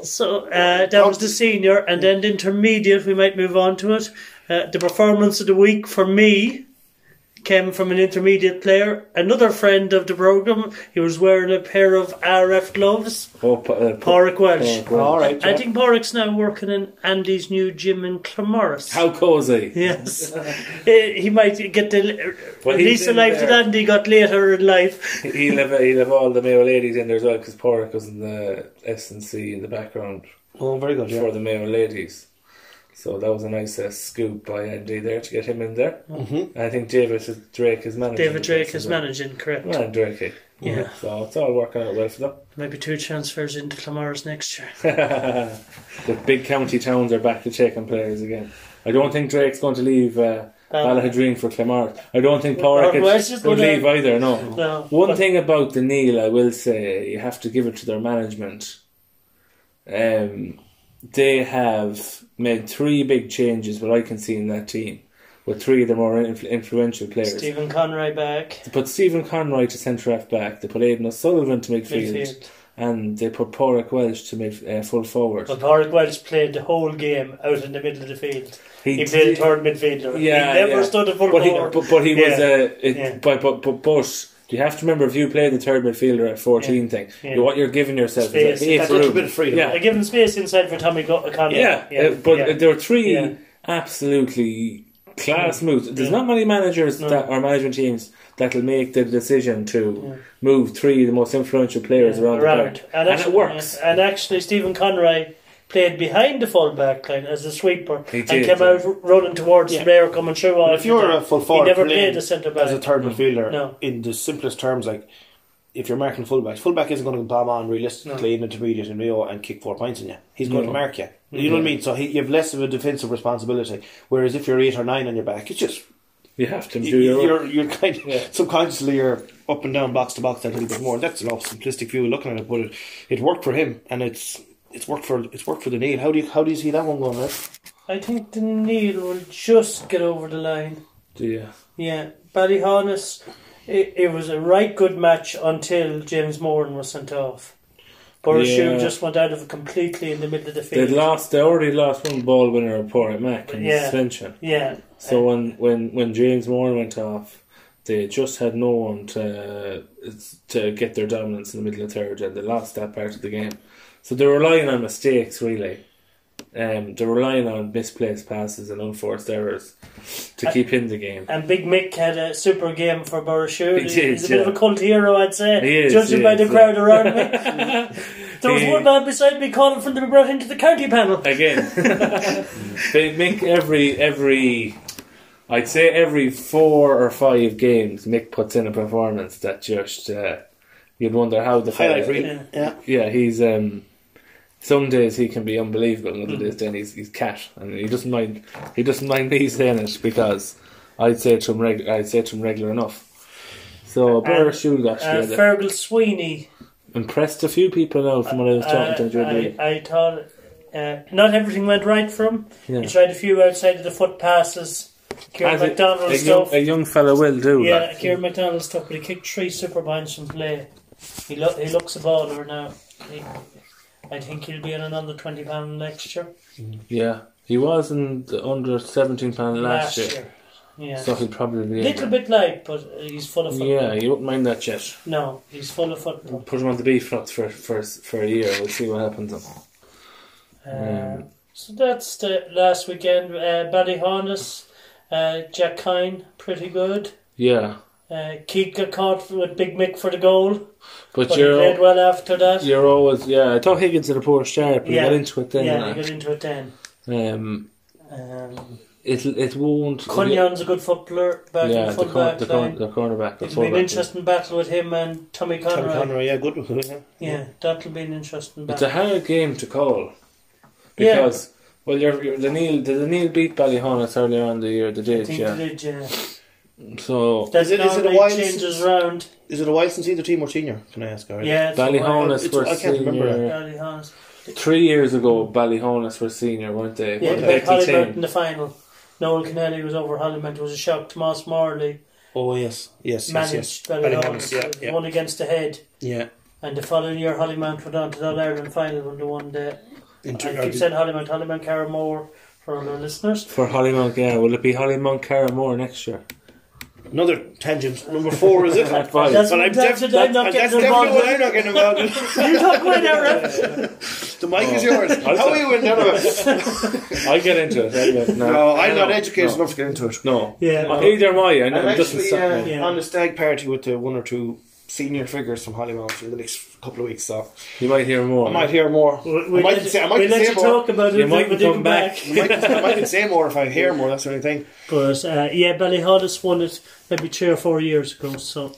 D: So uh, that was the senior, and then the intermediate. We might move on to it. Uh, the performance of the week for me came from an intermediate player, another friend of the program. He was wearing a pair of RF gloves.
A: Oh, Pa- uh, Pa-
D: Porrick Welsh.
A: Porrick
B: all right.
D: I
B: yeah.
D: think Porrick's now working in Andy's new gym in Clamorris.
A: How cozy.
D: Yes, Eh, he might get the
A: Well,
D: at
A: he's
D: least the
A: in
D: life
A: there.
D: that Andy got later in life.
A: He'll have, he'll have all the Mayo ladies in there as well because Porrick was in the S&C in the background
B: Oh, very good.
A: for
B: Yeah.
A: the Mayo ladies. So that was a nice uh, scoop by Andy there to get him in there. Mm-hmm. I think David is- Drake is managing.
D: David
A: the
D: Drake
A: place as
D: is
A: well.
D: managing, correct?
A: Man, Drake.
D: Yeah.
A: So it's all working out well for them.
D: Maybe two transfers into Clamorris next year.
A: the big county towns are back to taking players again. I don't think Drake's going to leave uh, Ballahadreen for Clamart. I don't think
D: Or
A: Porrick
D: West is
A: would
D: gonna-
A: leave either. No.
D: No.
A: One thing about the Neil, I will say, you have to give it to their management. Um, they have made three big changes, what I can see in that team, with three of the more influ- influential players.
D: Stephen Conroy back.
A: They put Stephen Conroy to centre half back. They put Aidan O'Sullivan to midfield,
D: Midfield.
A: and they put Porrick Welsh to mid uh, full forward.
D: But Porrick Welsh played the whole game out in the middle of the field. He, played
A: did-
D: third midfielder.
A: Yeah,
D: he never
A: yeah.
D: stood a full
A: but he,
D: forward.
A: but, but he was
D: Yeah.
A: a. It,
D: Yeah.
A: but, but but but you have to remember if you play the third midfielder at fourteen thing,
D: Yeah.
A: you- what you're giving yourself
D: Space.
A: is a,
B: That
A: room.
B: little bit of freedom.
A: Yeah,
D: I give him space inside for Tommy Go- O'Connor.
A: yeah. uh, but
D: yeah.
A: there were three
D: Yeah.
A: absolutely class moves. There's
D: Yeah.
A: not many managers
D: No.
A: that or management teams that'll make the decision to move three of the most influential players around, the park. and, it works.
D: And actually, Stephen Conroy played behind the full back line as a sweeper
A: He
D: and
A: did.
D: came out running towards
B: Yeah.
D: the player coming through. all
B: But if
D: the
B: you're
D: time.
B: a full forward,
D: he never
B: playing
D: played a centre back.
B: as a third midfielder.
D: No.
B: In the simplest terms, like if you're marking fullbacks, fullback isn't going to bomb on realistically in intermediate and Rio and kick four points in you. He's going to mark you. You know what I mean? So he, you have less of a defensive responsibility. Whereas if you're eight or nine on your back, it's just
A: You have to do
B: you,
A: your own.
B: you're you're kind of subconsciously you're up and down box to box a little bit more. That's an awful simplistic view of looking at it, but it, it worked for him and it's it's worked for it's worked for the Neil. How do you how do you see that one going? Right?
D: I think the Neil will just get over the line.
A: Do you?
D: Yeah, Ballyhonus, it, it was a right good match until James Moran was sent off. Borussia
A: Yeah.
D: just went out of it completely in the middle of the
A: They
D: field.
A: lost. They already lost one ball winner at Port Mac in
D: Yeah.
A: suspension.
D: Yeah,
A: So when, when, when James Moore went off, they just had no one to to get their dominance in the middle of third, and they lost that part of the game. So they're relying on mistakes really. Um, they're relying on misplaced passes and unforced errors to keep in the game.
D: and Big Mick had a super game for Borussia.
A: He
D: He's
A: did,
D: a bit
A: yeah.
D: of a cult hero, I'd say,
A: He is,
D: judging
A: he
D: by
A: is,
D: the
A: yeah.
D: crowd around me. there was
A: He-
D: one man beside me calling for him to be brought into the county panel.
A: Again, they make every every. I'd say every four or five games, Mick puts in a performance that just uh, you'd wonder how the
B: Highlight reel.
D: Yeah.
B: Yeah.
A: yeah, he's um. Some days he can be unbelievable, and other
D: Mm-hmm.
A: days then he's he's cat, and he doesn't mind. He doesn't mind me saying it because I'd say it to him regular. I'd say it to him regular enough. So Blair Shoe
D: Uh,
A: actually had
D: Fergal Sweeney.
A: impressed a few people now from when I was
D: Uh,
A: talking to him.
D: I, I thought uh, not everything went right for him. He tried a few outside of the foot passes. Kieran
A: As a-
D: McDonald
A: a,
D: stuff.
A: young, a young fella will do.
D: yeah,
A: like.
D: Kieran McDonald stuff, but he kicked three super binds from play. He, lo- he looks a baller now. He, I think he'll be in another twenty pound next year.
A: yeah. He was in the under seventeen pound last, year,
D: yeah.
A: so he'll probably be in
D: Little bit light, but uh, he's full of
A: there.
D: football.
A: Yeah, you wouldn't mind that yet.
D: No, he's full of football.
A: Put him on the beef flats for for for a year. We'll see what happens.
D: Uh,
A: Um,
D: So that's the last weekend. Uh, Ballyhonus, uh, Jack Kine, pretty good.
A: Yeah,
D: Uh, Keith got caught with Big Mick for the goal,
A: but,
D: but he
A: you're
D: played well after that.
A: you're always yeah. I thought Higgins had a poor start, but he
D: Yeah.
A: got into it then.
D: yeah,
A: like.
D: he got into it then.
A: Um,
D: Um,
A: it it won't.
D: Cunyon's a good footballer, back in
A: yeah,
D: the
A: the, cor-
D: fullback
A: the,
D: line.
A: cor- the cornerback. The
D: It'll be an
A: fullback,
D: interesting battle with him and Tommy Conroy.
B: Tommy Conroy, yeah, good. yeah.
D: Yeah, that'll be an interesting
A: yeah. It's a
D: battle.
A: hard game to call
D: Yeah.
A: because well, you're, you're Neil did the Neil beat Ballyhonus earlier on in the year. They
D: I
A: did,
D: think
A: yeah.
D: they did, yeah.
A: So
D: That
B: Is it- is it a
D: normally
B: wide-
D: changes round.
B: Is it a while since either team or senior? Can I ask? Gary?
D: Yeah, it's a wide-
A: Ballyhonus
B: it's-
A: were
B: I can't remember that.
A: senior.
D: Ballyhonus.
A: Three years ago, Ballyhonus were senior, weren't they?
D: Yeah,
A: Weren't
D: they
A: they
D: played
A: the team?
D: Hollybert in the final. Noel Kennelly was over Hollybert. It was a shock. Tomas Morley
B: Oh yes, yes, yes, yes.
D: managed Ballyhonus.
B: Ballyhonus, yeah, yeah.
D: One against the head.
B: Yeah.
D: And the following year, Hollymount went on to the All Ireland final when they won the.
B: In
D: I keep
B: terms
D: saying Hollymount, Hollymount Carramore for all our listeners.
A: For Hollymount, yeah. Will it be Hollymount Carramore next year?
B: another tangent. Number four is it?
A: Not five.
D: That's-
B: But I'm,
D: That's
B: def-
D: it, I'm not
B: that's
D: getting
B: definitely
D: involved
B: what
D: with
B: I'm not getting involved with.
D: You talk about that, right?
B: The mic is yours. How are you in none of it?
A: I'll get into it. anyway. No,
B: No, I'm not
A: No.
B: educated enough to get into it.
A: No.
D: Yeah.
A: Either am I. I'm,
B: I'm
A: I'm just a
B: actually
A: sucker.
B: uh,
D: Yeah.
B: on the stag party with the one or two senior figures from Hollymount in the next couple of weeks, so
A: You might hear more.
B: I might hear more.
D: We,
B: I
D: we
B: might
D: let,
B: say, I
D: we
B: might
D: let
B: say
D: you
B: more.
D: talk about it,
A: You might
D: but
A: come back.
B: I might, I might can say more if I hear more. That's the only thing.
D: But uh, yeah, Ballyhollis won it maybe three or four years ago. So,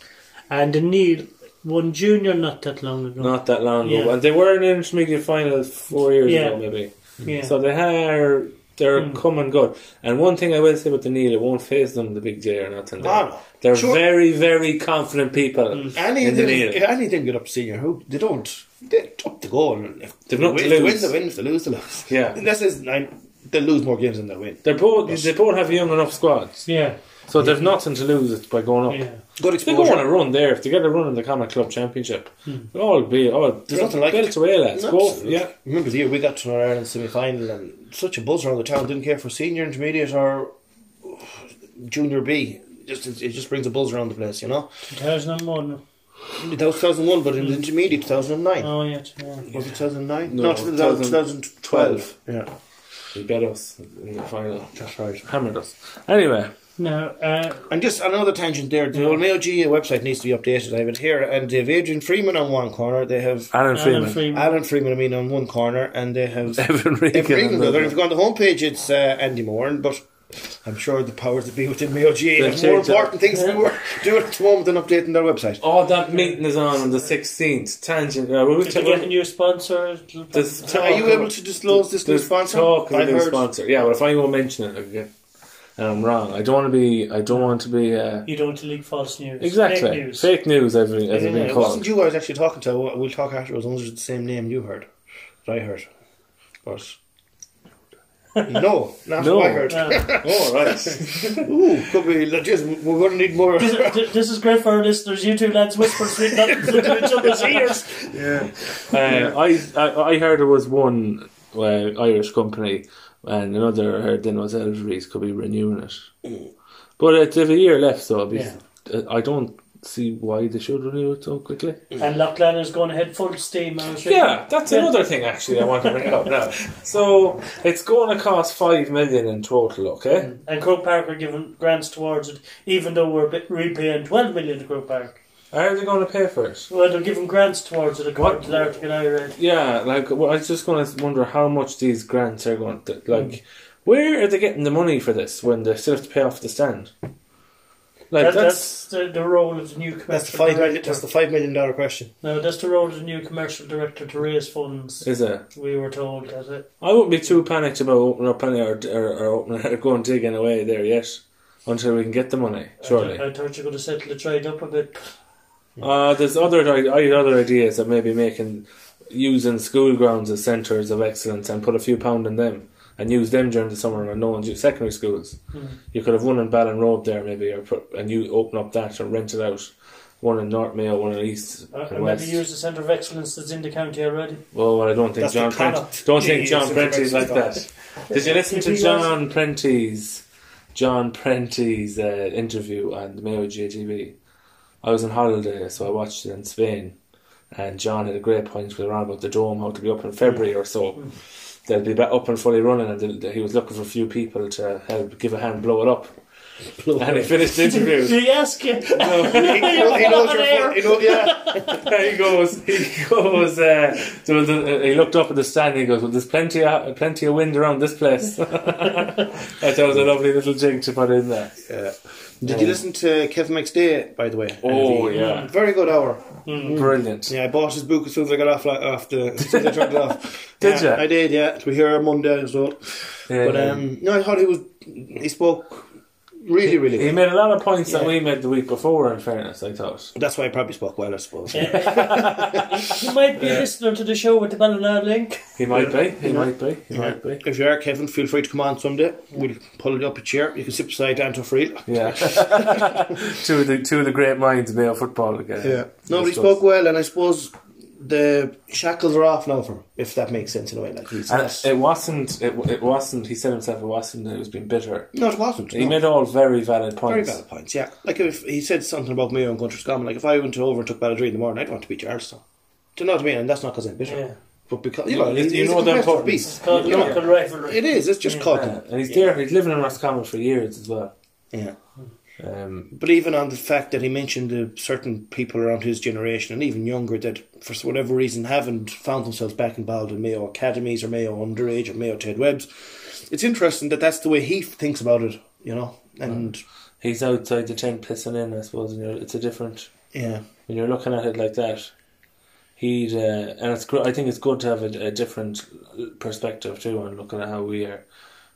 D: and the Neil won junior not that long ago.
A: Not that long ago.
D: Yeah.
A: And they were in an intermediate final four years
D: Yeah.
A: ago, maybe.
D: yeah,
A: So they are, they're
B: Hmm.
D: Mm.
A: coming good. And one thing I will say about the Neil, it won't phase them the big day or nothing. They're,
B: No, no.
A: they're
B: Sure. Hmm.
A: very, very confident people. In the
B: Anything,
A: league.
B: anything good up senior who they don't they up the goal. If
A: They've not
B: win,
A: to
B: they win,
A: lose.
B: they win. If they lose, they lose.
A: Yeah.
B: And this is I, they lose more games than they win.
A: They're both, they both have young enough squads.
D: yeah,
A: So they've nothing to lose by going up.
D: yeah.
B: Good
A: They go on
B: exposure.
A: a run there. If they get a run in the Common Club Championship, all be all.
B: There's nothing Hmm. like
A: built
B: it.
A: away, lads. Go,
B: Absolutely.
A: yeah,
B: Remember the year we got to an Ireland semi final and such a buzz around the town. Didn't care for senior, intermediate, or junior B. Just it, it just brings a buzz around the place, you know.
D: 2001.
B: That was 2001, but in the intermediate 2009.
A: Uh,
D: Oh yeah, yeah.
B: Was it 2009?
A: No,
B: No, 2000 2012. Yeah,
A: they bet us in the final.
B: that's right.
A: Hammered us. Anyway,
D: Now, uh,
B: And just another tangent there. The
D: Yeah.
B: old Mayo GA website needs to be updated. I have it here, and they have Adrian Freeman on one corner. They have
A: Alan
D: Alan
A: Freeman,
D: Freeman.
B: Alan Freeman, I mean, on one corner, and they have
A: Evan Regan,
B: Evan
A: and
B: Regan. on the other. If
A: the-
B: you go on the homepage, it's uh, Andy Moran, but. I'm sure the powers that be within Mayo GA
A: They've
B: have more
A: changed it.
B: important things we were doing at the moment than updating their website.
A: Oh, that meeting is on on the sixteenth. Tangent. Uh, we'll
D: did you get a
A: talk,
D: new sponsor? It'll probably-
A: This
B: So are you
A: Talk-
B: able to disclose this new
A: there's
B: sponsor?
A: talk of a
B: I've
A: new
B: heard.
A: sponsor. Yeah, but if anyone mention it, I get, and I'm wrong. I don't want to be. I don't want to be. Uh,
D: You don't leak false news.
A: exactly.
D: Fake news.
A: I've been, I've
B: Yeah,
A: been
B: it
A: called.
B: wasn't you I was actually talking to. We'll we'll talk afterwards. Unless it's the same name you heard, that I heard, but no, not
A: No.
B: what I heard.
D: Yeah.
A: Oh right.
B: Ooh, could be. Geez, we're going to need more.
D: This is- th- this is great for our listeners. You two lads whisper sweet nothings into each other's ears.
B: yeah.
A: uh, I, I I heard it was one uh, Irish company, and another I heard then was Elvery's could be renewing it. But uh, they have a year left, so it'll be, uh, I don't see why they should renew it so quickly.
D: And Loughlin is going ahead full steam. I was reading.
A: Yeah, that's another thing actually I want to bring up now. So it's going to cost five million in total, okay?
D: And Croke Park are given grants towards it, even though we're bit- repaying 12 million to Croke Park.
A: Are they going to pay for it?
D: Well, they're given grants towards it, according
A: What?
D: to the article I read.
A: Yeah, like well, I was just going to wonder how much these grants are going to like. Where are they getting the money for this when they still have to pay off the stand? Like
D: That,
A: that's,
D: that's, the, the role of the new commercial
B: That's the five million.
D: director.
B: That's the five million dollar question.
D: No, that's the role of the new commercial director to raise funds.
A: is it?
D: We were told that it.
A: I wouldn't be too panicked about opening up any or or, or opening or going digging away there yet until we can get the money. Surely.
D: I, I thought you were going to settle it right up a bit.
A: Uh, there's other I had other ideas of maybe making using school grounds as centres of excellence and put a few pound in them and use them during the summer when no one's secondary schools.
D: Hmm.
A: You could have one in Ballinrobe there maybe, or put, and you open up that and rent it out. One in North Mayo, one in East
D: Uh,
A: and
D: and
A: West.
D: maybe use the centre of excellence that's in the county already.
A: well, well, I don't think
B: That's the
A: John
B: product.
A: Prent, don't think
B: Jeez,
A: John
B: it's
A: Prentice like
B: impressive.
A: that. Did you listen to
D: If he
A: John Prentice's John Prentice's uh, interview on the Mayo GTV? I was on holiday, so I watched it in Spain, and John had a great point with around about the dome, how to be up in February or so. they'll be back up and fully running, and they'll- he was looking for a few people to help give a hand, blow it up. and he finished the interview.
D: Did he ask you?
B: he, knows your full, he knows, yeah.
A: he goes, he goes. Uh, there was a, he looked up at the stand. and He goes, "Well, there's plenty, of, plenty of wind around this place." I thought it was a lovely little jig to put in there.
B: yeah. Did you listen to Kevin McStay, by the way?
A: Oh, yeah.
B: Very good hour. Mm.
D: Hmm.
A: Brilliant.
B: Yeah, I bought his book as soon as I got off, like, off the, as soon as I turned it off.
A: Did
B: yeah,
A: ya?
B: I did, yeah. We hear Monday as well.
A: Yeah.
B: But um, no, I thought he was, he spoke really, really
A: He
B: well.
A: made a lot of points that
B: Yeah.
A: we made the week before. In fairness, I thought.
B: That's why he probably spoke well, I suppose.
D: You might be a listener to the show with the Ballina link.
A: He might be. He might be. He might be.
B: If you are Kevin, feel free to come on someday. We'll pull you up a chair. You can sit beside Anto Friel.
A: Yeah. two of the two of the great minds of male football again.
B: No, but he spoke well, and I suppose the shackles are off now for him, if that makes sense in a way. Like he's
A: And uh, it, it wasn't. It, it wasn't. He said himself, it wasn't. It was being bitter.
B: no, it wasn't.
A: He
B: no.
A: made all very valid
B: very
A: points.
B: valid points. Yeah, like if he said something about Mayo and Gunter Scommon, like if I went over and took Balladree in the morning, I'd want to beat Charleston. Do you know what I mean? And that's not because I'm bitter,
D: Yeah.
B: but because you know,
A: You-
B: he's,
A: you
B: he's
A: know
B: a
A: the
B: competitive
A: importance.
B: beast.
D: It's called
B: You know,
D: Local Rivalry.
B: it is. It's just caught him.
A: Yeah, and he's there. He's living in Roscommon for years as well.
B: Yeah.
A: Um,
B: But even on the fact that he mentioned the certain people around his generation and even younger that, for whatever reason, haven't found themselves back involved in Mayo academies or Mayo underage or Mayo Ted Webbs, it's interesting that that's the way he thinks about it, you know. And
A: he's outside the tent pissing in, I suppose. And you're, it's a different
B: yeah,
A: when you're looking at it like that. He'd uh, and it's gr- I think it's good to have a, a different perspective too on looking at how we are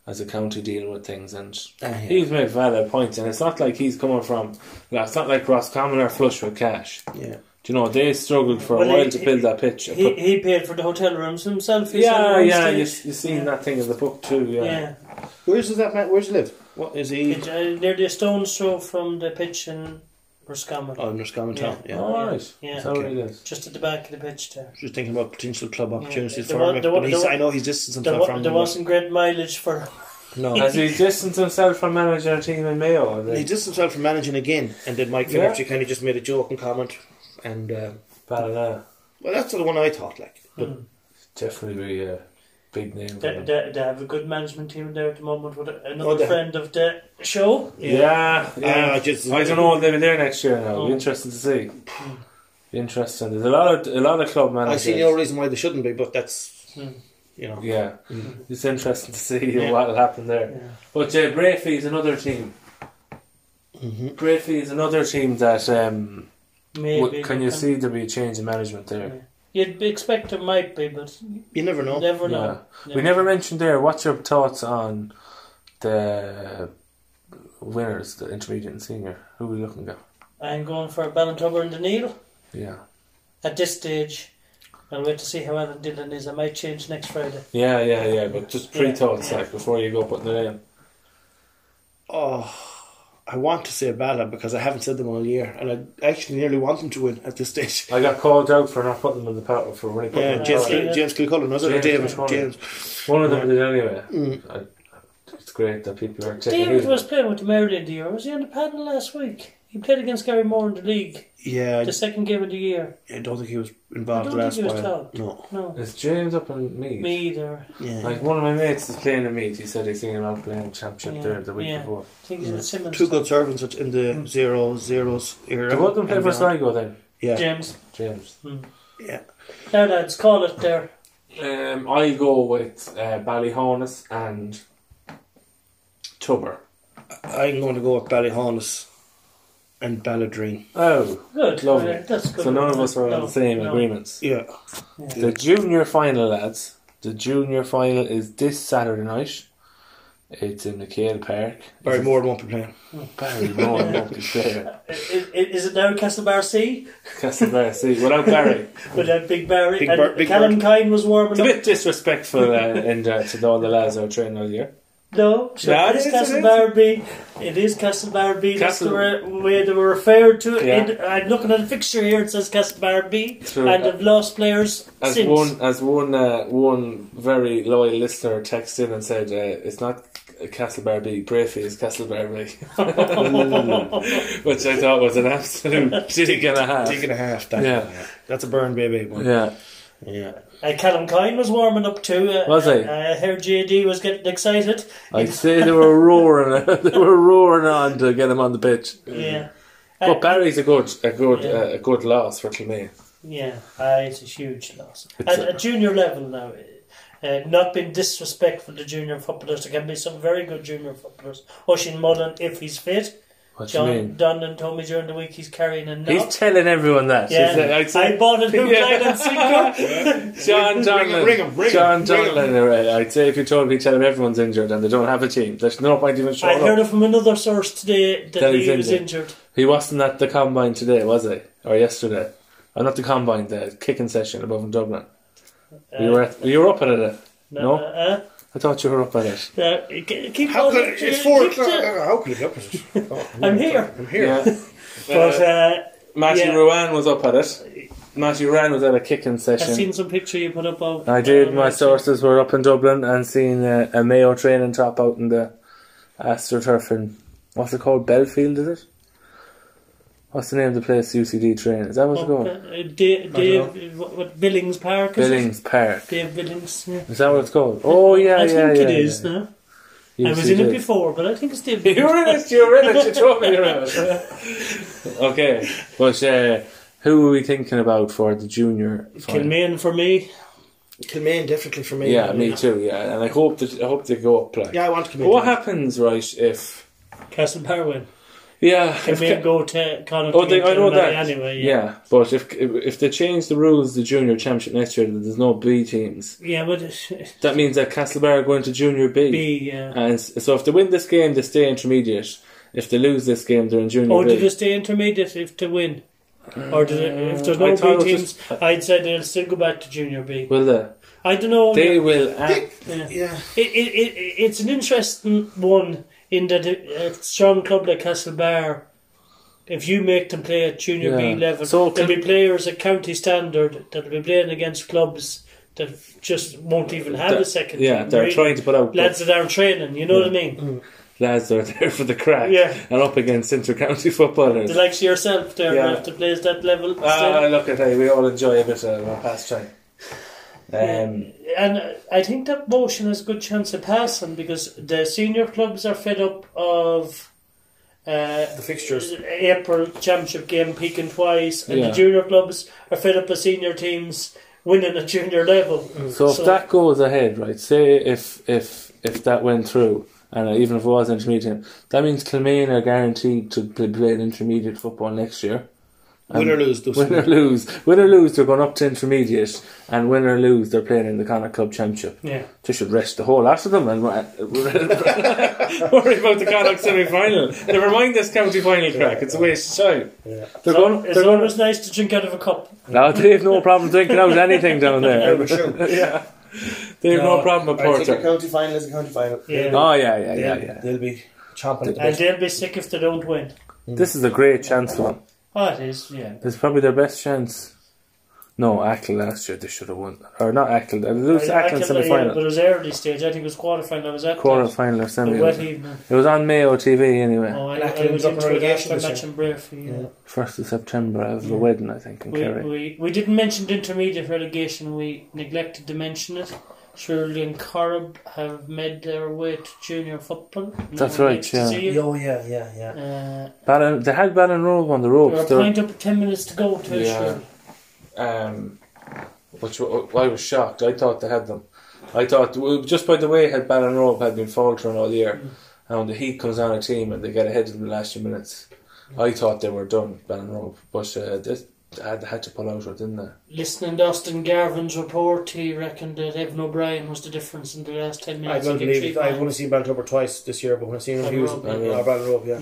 A: as a county deal with things and
B: Ah, yeah.
A: He's made valid points, and it's not like he's coming from. like, It's not like Roscommon are flush with cash.
B: yeah.
A: Do you know they struggled for a
D: Well,
A: while
D: he-
A: to build that pitch? and
D: He,
A: put-
D: he paid for the hotel rooms himself. He
A: yeah,
D: said
A: yeah,
D: on
A: you you
D: stage.
A: seen
D: Yeah.
A: that thing in the book too. Yeah,
D: Yeah.
B: Where's does that man? Where's he live? What is he?
D: It, uh, nearly a stone's throw from the pitch in Roscommon.
B: Oh, Northcommon Town. Yeah.
A: all right.
D: Yeah.
A: That's how
B: Okay.
A: it is.
D: Just at the back of the pitch there.
B: Just thinking about potential club opportunities
D: Yeah.
B: for
D: There wa-
B: him.
D: there wa-
B: but he's,
D: there wa-
B: I know he's distanced
D: There,
B: himself
D: wa-
B: from
D: there
B: them.
D: wasn't great mileage for
B: No.
A: Has he distanced himself from managing a team in Mayo? or
B: He
A: the
B: distanced himself from managing again, and then Mike
A: Yeah.
B: Phillips, you kind of just made a joke and comment, and uh,
A: Ballina?
B: well, that's the one I thought like. But
A: Definitely be a big name. for
D: Mm. they,
A: him.
D: they, they have a good management team there at the moment with another
B: Oh, they-
D: friend of the show.
A: Yeah, yeah.
B: I just-
A: I don't know if they'll be there next year. Now, It'll be
D: Mm.
A: interesting to see. Interesting. There's a lot of a lot of club
B: I
A: managers.
B: see no reason why they shouldn't be, but that's
D: Hmm.
B: you know.
A: Yeah,
B: Mm.
A: it's interesting to see
D: Yeah.
A: what'll happen there.
D: Mm. Yeah.
A: But uh, Brafey is another team. Mm-hmm.
B: Mhm.
A: Brafey is another team that um,
D: Maybe
A: w- can
D: they
A: you see there'll be a change in management there?
D: You'd be- expect it might be, but
B: You never know.
D: you never know.
A: We never mentioned there. What's your thoughts on the winners, the intermediate and senior? Who are we looking at?
D: I'm going for Ballantubber and Neil
A: Yeah,
D: at this stage. I'll wait to see how Alan Dillon is. I might change next Friday.
A: yeah, yeah, yeah. But just
D: Yeah.
A: pre-thoughts like before you go putting it in.
B: Oh, I want to say Bala because I haven't said them all year, and I actually nearly want them to win at this stage.
A: I got called out for not putting them in the paddle for when he put
B: Yeah,
A: them in
B: James,
A: the
D: Jesse-
A: paddle.
B: Cl- James Kilcullen, was it? Or
A: James
B: James,
A: Kilcullen.
B: James.
A: One of them did anyway.
B: Mm.
A: I, it's great that people are taking
D: David
A: it.
D: was playing with the Maryland year. Was he on the panel last week? He played against Gary Moore in the league,
B: Yeah,
D: the second game of the year.
B: I, I don't think he was involved
D: I
B: the
D: don't
B: last
D: think he was
B: while.
D: called.
B: No.
D: No,
A: Is James up in Meath?
D: me either.
B: Yeah.
A: Like one of my mates is playing in Meath. He said he's thinking about playing championship
D: Yeah,
A: there the week
D: yeah.
A: before.
D: I think he's
A: Mm.
B: Yeah.
D: with Simmons.
B: Two good servants at- in the zero zeros era.
A: They both them play
B: And,
A: for
B: uh,
A: Sligo then,
B: Yeah,
D: James.
A: James.
B: yeah.
D: Now, lads, call it there.
A: Um, I go with uh, Ballyhonus and Tubber.
B: I'm going to go with Ballyhonus and Balladrine.
A: Oh,
D: Good.
A: Lovely.
D: Alright, that's good.
A: so none of us are on
D: No,
A: the same
D: no.
A: agreements.
B: Yeah.
A: The junior final, lads. The junior final is this Saturday night. It's in the Kale Park.
B: Barry Moore won't be playing.
A: Barry Moore won't be there.
D: I- i- Is it now Castlebar C?
A: Castlebar C. Without Barry.
D: With that big Barry.
B: Big
D: and
B: Bar- Big
D: Callum
B: Bird.
D: Kine was warming
A: It's a
D: up.
A: bit disrespectful uh, and uh, to all the lads I were training all year.
D: No, so
A: Yeah,
D: it is
A: it is, it is.
D: Castlebar B. It is Castlebar B. That's the
A: Castle-
D: re- way they were referred to it.
A: Yeah.
D: In- I'm looking at a fixture here. It says Castlebar B,
A: True.
D: and they've lost players
A: As
D: since.
A: one, as one, uh, one very loyal listener texted in and said, uh, "It's not Castlebar B. Brafey is Castlebar B," which I thought was an absolute dig and a half.
B: Dig and a half. That
A: Uh, Yeah.
B: yeah. That's a burn, baby. One.
A: Yeah,
B: Yeah.
D: Uh, Callum Kine was warming up too. Uh,
A: Was he?
D: I heard JD was getting excited.
A: I say they were roaring. they were roaring on to get him on the pitch.
D: Yeah. Uh,
A: But Barry's a good, a good,
D: Yeah.
A: uh, a good loss for Kilmay.
D: Yeah, aye, it's a huge loss.
A: It's
D: At
A: a-
D: a junior level now, uh, not being disrespectful to junior footballers, there can be some very good junior footballers. Oshin Mullen, if he's fit,
A: What do you
D: John
A: mean?
D: Donnan told me during the week he's carrying a
A: He's
D: knot.
A: telling everyone that.
D: Yeah,
A: He's uh, like,
D: I bought a new
A: Yeah.
D: line and sinker.
A: John Donlan.
B: Ring him, ring him,
A: John
B: ring him.
A: Donlan. right, I'd say if you told me, tell him everyone's injured and they don't have a team. There's no point even
D: I
A: showing
D: heard
A: up.
D: it from another source today that,
A: That
D: he
A: he's
D: was injured.
A: He wasn't at the combine today, was he? Or yesterday? Or not the combine, the kicking session above in Dublin.
D: Uh,
A: you were at, you were up at it. no?
D: Uh,
A: I thought you were up at it.
D: uh, uh, ke- keep
B: How
D: on-
B: could
D: keep-
B: it's four
D: keep
B: o'clock?
D: to-
B: How could it be opposite? Oh,
D: I'm here.
B: I'm here.
D: But uh,
A: Matthew
D: Yeah.
A: Rowan was up at
B: Uh,
A: it. Matthew Rowan was at a kicking
D: I've
A: session.
D: seen some picture you put up of.
A: I did.
D: uh,
A: My sources were up in Dublin and seen a, a Mayo training top out in the AstroTurf in what's it called? Belfield, is it? What's the name of the place? UCD training. Is that what it's
D: Up,
A: called?
D: uh, Dave, Dave, uh, what, what Billings Park? Is it?
A: Billings Park.
D: Dave Billings. Yeah.
A: Is that what it's called? Oh yeah,
D: I
A: yeah,
D: think
A: yeah.
D: it is
A: yeah.
D: now. I was in
A: UCD.
D: it before, but I think it's Dave.
A: You were in it. You were in it. You told me you were in it. okay, but uh, who are we thinking about for the junior? final?
D: Kilmaine for me.
B: Kilmaine definitely for me.
A: Yeah, me too. Yeah, and I hope that I hope they go up. Like,
B: Yeah, I want Kilmaine.
A: But what happens, right? If
D: Castlebar win.
A: yeah, if
D: Kilmaine
A: Ca-
D: go to Connacht.
A: Oh, they, I know
D: Kilmaine
A: that.
D: Anyway, yeah.
A: yeah, but if if they change the rules, the junior championship next year, that there's no B teams.
D: Yeah, but it's
A: That means that Castlebar are going to junior B.
D: B. Yeah.
A: And s- so if they win this game, they stay intermediate. If they lose this game, they're in junior
D: Or
A: B.
D: do Oh, they stay intermediate if to win? Or do they, if there's
A: Uh, I
D: no
A: thought it
D: B
A: was
D: teams,
A: just-
D: I'd say they'll still go back to junior B.
A: Will they?
D: I don't know.
A: They will. Act.
D: Yeah.
B: Yeah.
D: It, it, it, it's an interesting one in that a strong club like Castlebar, if you make them play at junior
A: Yeah.
D: B level,
A: So
D: there'll
A: can-
D: be players at county standard that'll be playing against clubs that just won't even have
A: They're-
D: a second.
A: Yeah,
D: team,
A: they're
D: really.
A: trying to put out
D: Lads that aren't training, you know what I mean?
A: lads that are there for the crack.
D: Yeah.
A: and up against inter-county footballers.
D: The likes of yourself there
A: Yeah.
D: have to play at that level.
A: Ah,
D: still.
A: look at that. We all enjoy a bit of a pastime. Um,
D: and uh, I think that motion has a good chance of passing because the senior clubs are fed up of uh,
B: The fixtures.
D: April championship game peaking twice, and
A: Yeah.
D: the junior clubs are fed up with senior teams winning at junior level.
B: Mm.
A: So if that goes ahead, right? Say if if if that went through, and uh, even if it was intermediate, that means Kilmaine are guaranteed to be playing intermediate football next year.
B: Win or lose, those
A: Win or Um, lose, win or lose, they're going up to intermediate, and win or lose, they're playing in the Connacht Club Championship.
D: yeah,
A: They should rest the whole lot of them and wa- worry about the Connacht semi-final. Never mind this county final crack; it's a waste of time. They're
D: so
A: going.
D: it's
A: They're going.
D: always nice to drink out of a cup.
A: No, they have no problem drinking out anything down there.
B: Irish show.
A: yeah, they have no, problem with
B: I think a
A: porter.
B: county final is a county final.
D: Yeah.
A: Oh yeah, yeah, yeah,
B: They'll-
A: yeah.
B: They'll be chomping at the
D: And
B: bit.
D: they'll be sick if they don't win.
A: This is a great chance for them.
D: Oh, it is, yeah.
A: It's probably their best chance. No, Ackle last year they should have won, or not Ackle. They lose
D: I- I
A: Ackle in
D: can-
A: semi
D: yeah, but it
A: final,
D: was early stage. I think it was quarter final. I was at
A: quarter final, or
D: that.
A: semi.
D: A wet evening.
A: It was on Mayo TV anyway.
D: Oh, I, I
B: Ackland's
D: was
B: up
D: in
B: for
D: for a
B: relegation this
D: match
B: year.
D: in Brafe. Yeah.
B: Yeah.
A: First of September, I have a wedding, I think, in
D: We,
A: Kerry.
D: we, we didn't mention the intermediate relegation, we neglected to mention it. Shirley and Corrib have made their way to junior football. No
A: That's
D: one
A: right,
D: likes to
A: yeah.
D: see it.
B: Oh yeah, yeah, yeah.
D: Uh,
A: Ballin, they had Ballin Rogue on the ropes.
D: we're a
A: They're,
D: point up at 10 minutes to go to
A: Oh, Yeah.
D: Shirley.
A: um, which w- I was shocked. I thought they had them. I thought well, just by the way had Ballin Rogue had been faltering all year, and when the heat comes on a team and they get ahead of them in the last few minutes, I thought they were done Ballin Rogue, but uh, they had, had to pull out, of it, didn't they?
D: Listening to Austin Garvin's report, he reckoned that Evan O'Brien was the difference in the last 10
B: I
D: minutes.
B: don't
D: to get
B: believe
D: three
B: it. I've
D: points.
B: only seen Baltover twice this year, but when I seen him, he was
D: Ballinrobe,
A: yeah.
B: uh, Ballinrobe, yeah.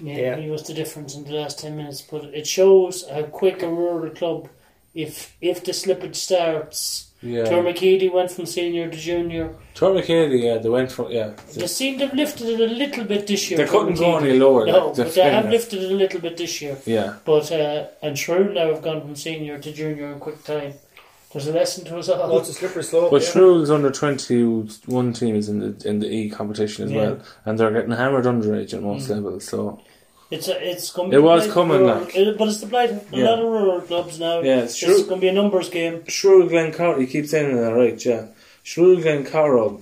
D: Yeah,
B: Yeah.
D: he was the difference in the last ten minutes. But it shows how quick a rural club, if if the slippage starts.
A: Yeah.
D: Tormakeedy went from senior to junior.
A: Tom McKinney, yeah, they went from yeah.
D: They seem to have lifted it a little bit this year.
A: They couldn't go
D: Tormakeedy.
A: any lower.
D: No,
A: like, they're
D: but they have
A: finished.
D: lifted it a little bit this year.
A: Yeah,
D: But uh, and Shrew now have gone from senior to junior in quick time. There's a lesson to us all.
B: Oh, it's a slippery slope.
A: but
B: yeah.
A: Shrew's under twenty one team is in the in the E competition as
D: Yeah.
A: Mm. well, and they're getting hammered underage at most levels. So
D: It's a, it's going.
A: It was
D: blight of
A: coming,
D: rural-
A: like.
D: it- but it's the blight of a
A: Yeah.
D: lot of rural clubs now.
A: Yeah, it's
D: It's
A: true.
D: going to be a numbers game.
A: Shrew Glen you keep saying that right, yeah. Shrew Glen
B: Uh,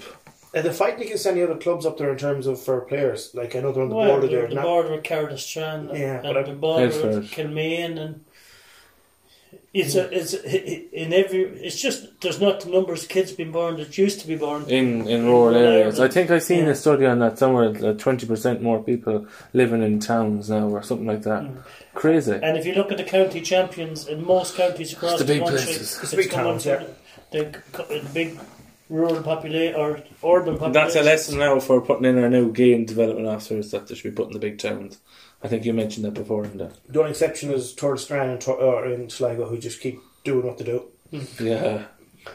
B: the fight against any other clubs up there in terms of for players, like I know they're on the
D: Well,
B: border
D: they're
B: there.
D: the
B: Not,
D: border with Cardiff-Strand and,
B: Yeah, but
D: and
B: I-
D: the border with
A: Bedford.
D: Kilmaine and it's a, it's a, in every it's just there's not the numbers of kids being born that used to be born.
A: in in rural areas. I think I've seen
D: Yeah.
A: a study on that somewhere. That twenty percent more people living in towns now, or something like that. Crazy.
D: Hmm. And if you look at the county champions in most counties across
A: the
D: the,
A: big
D: country,
A: places.
B: It's the big
D: come
B: towns,
D: on to the, the, the big rural population or urban population.
A: That's a lesson now for putting in our new game development officers that they should be put in the big towns. I think you mentioned that before, didn't you?
B: the only exception is Torres Strand and Tor- or in Sligo, who just keep doing what they do.
A: Yeah.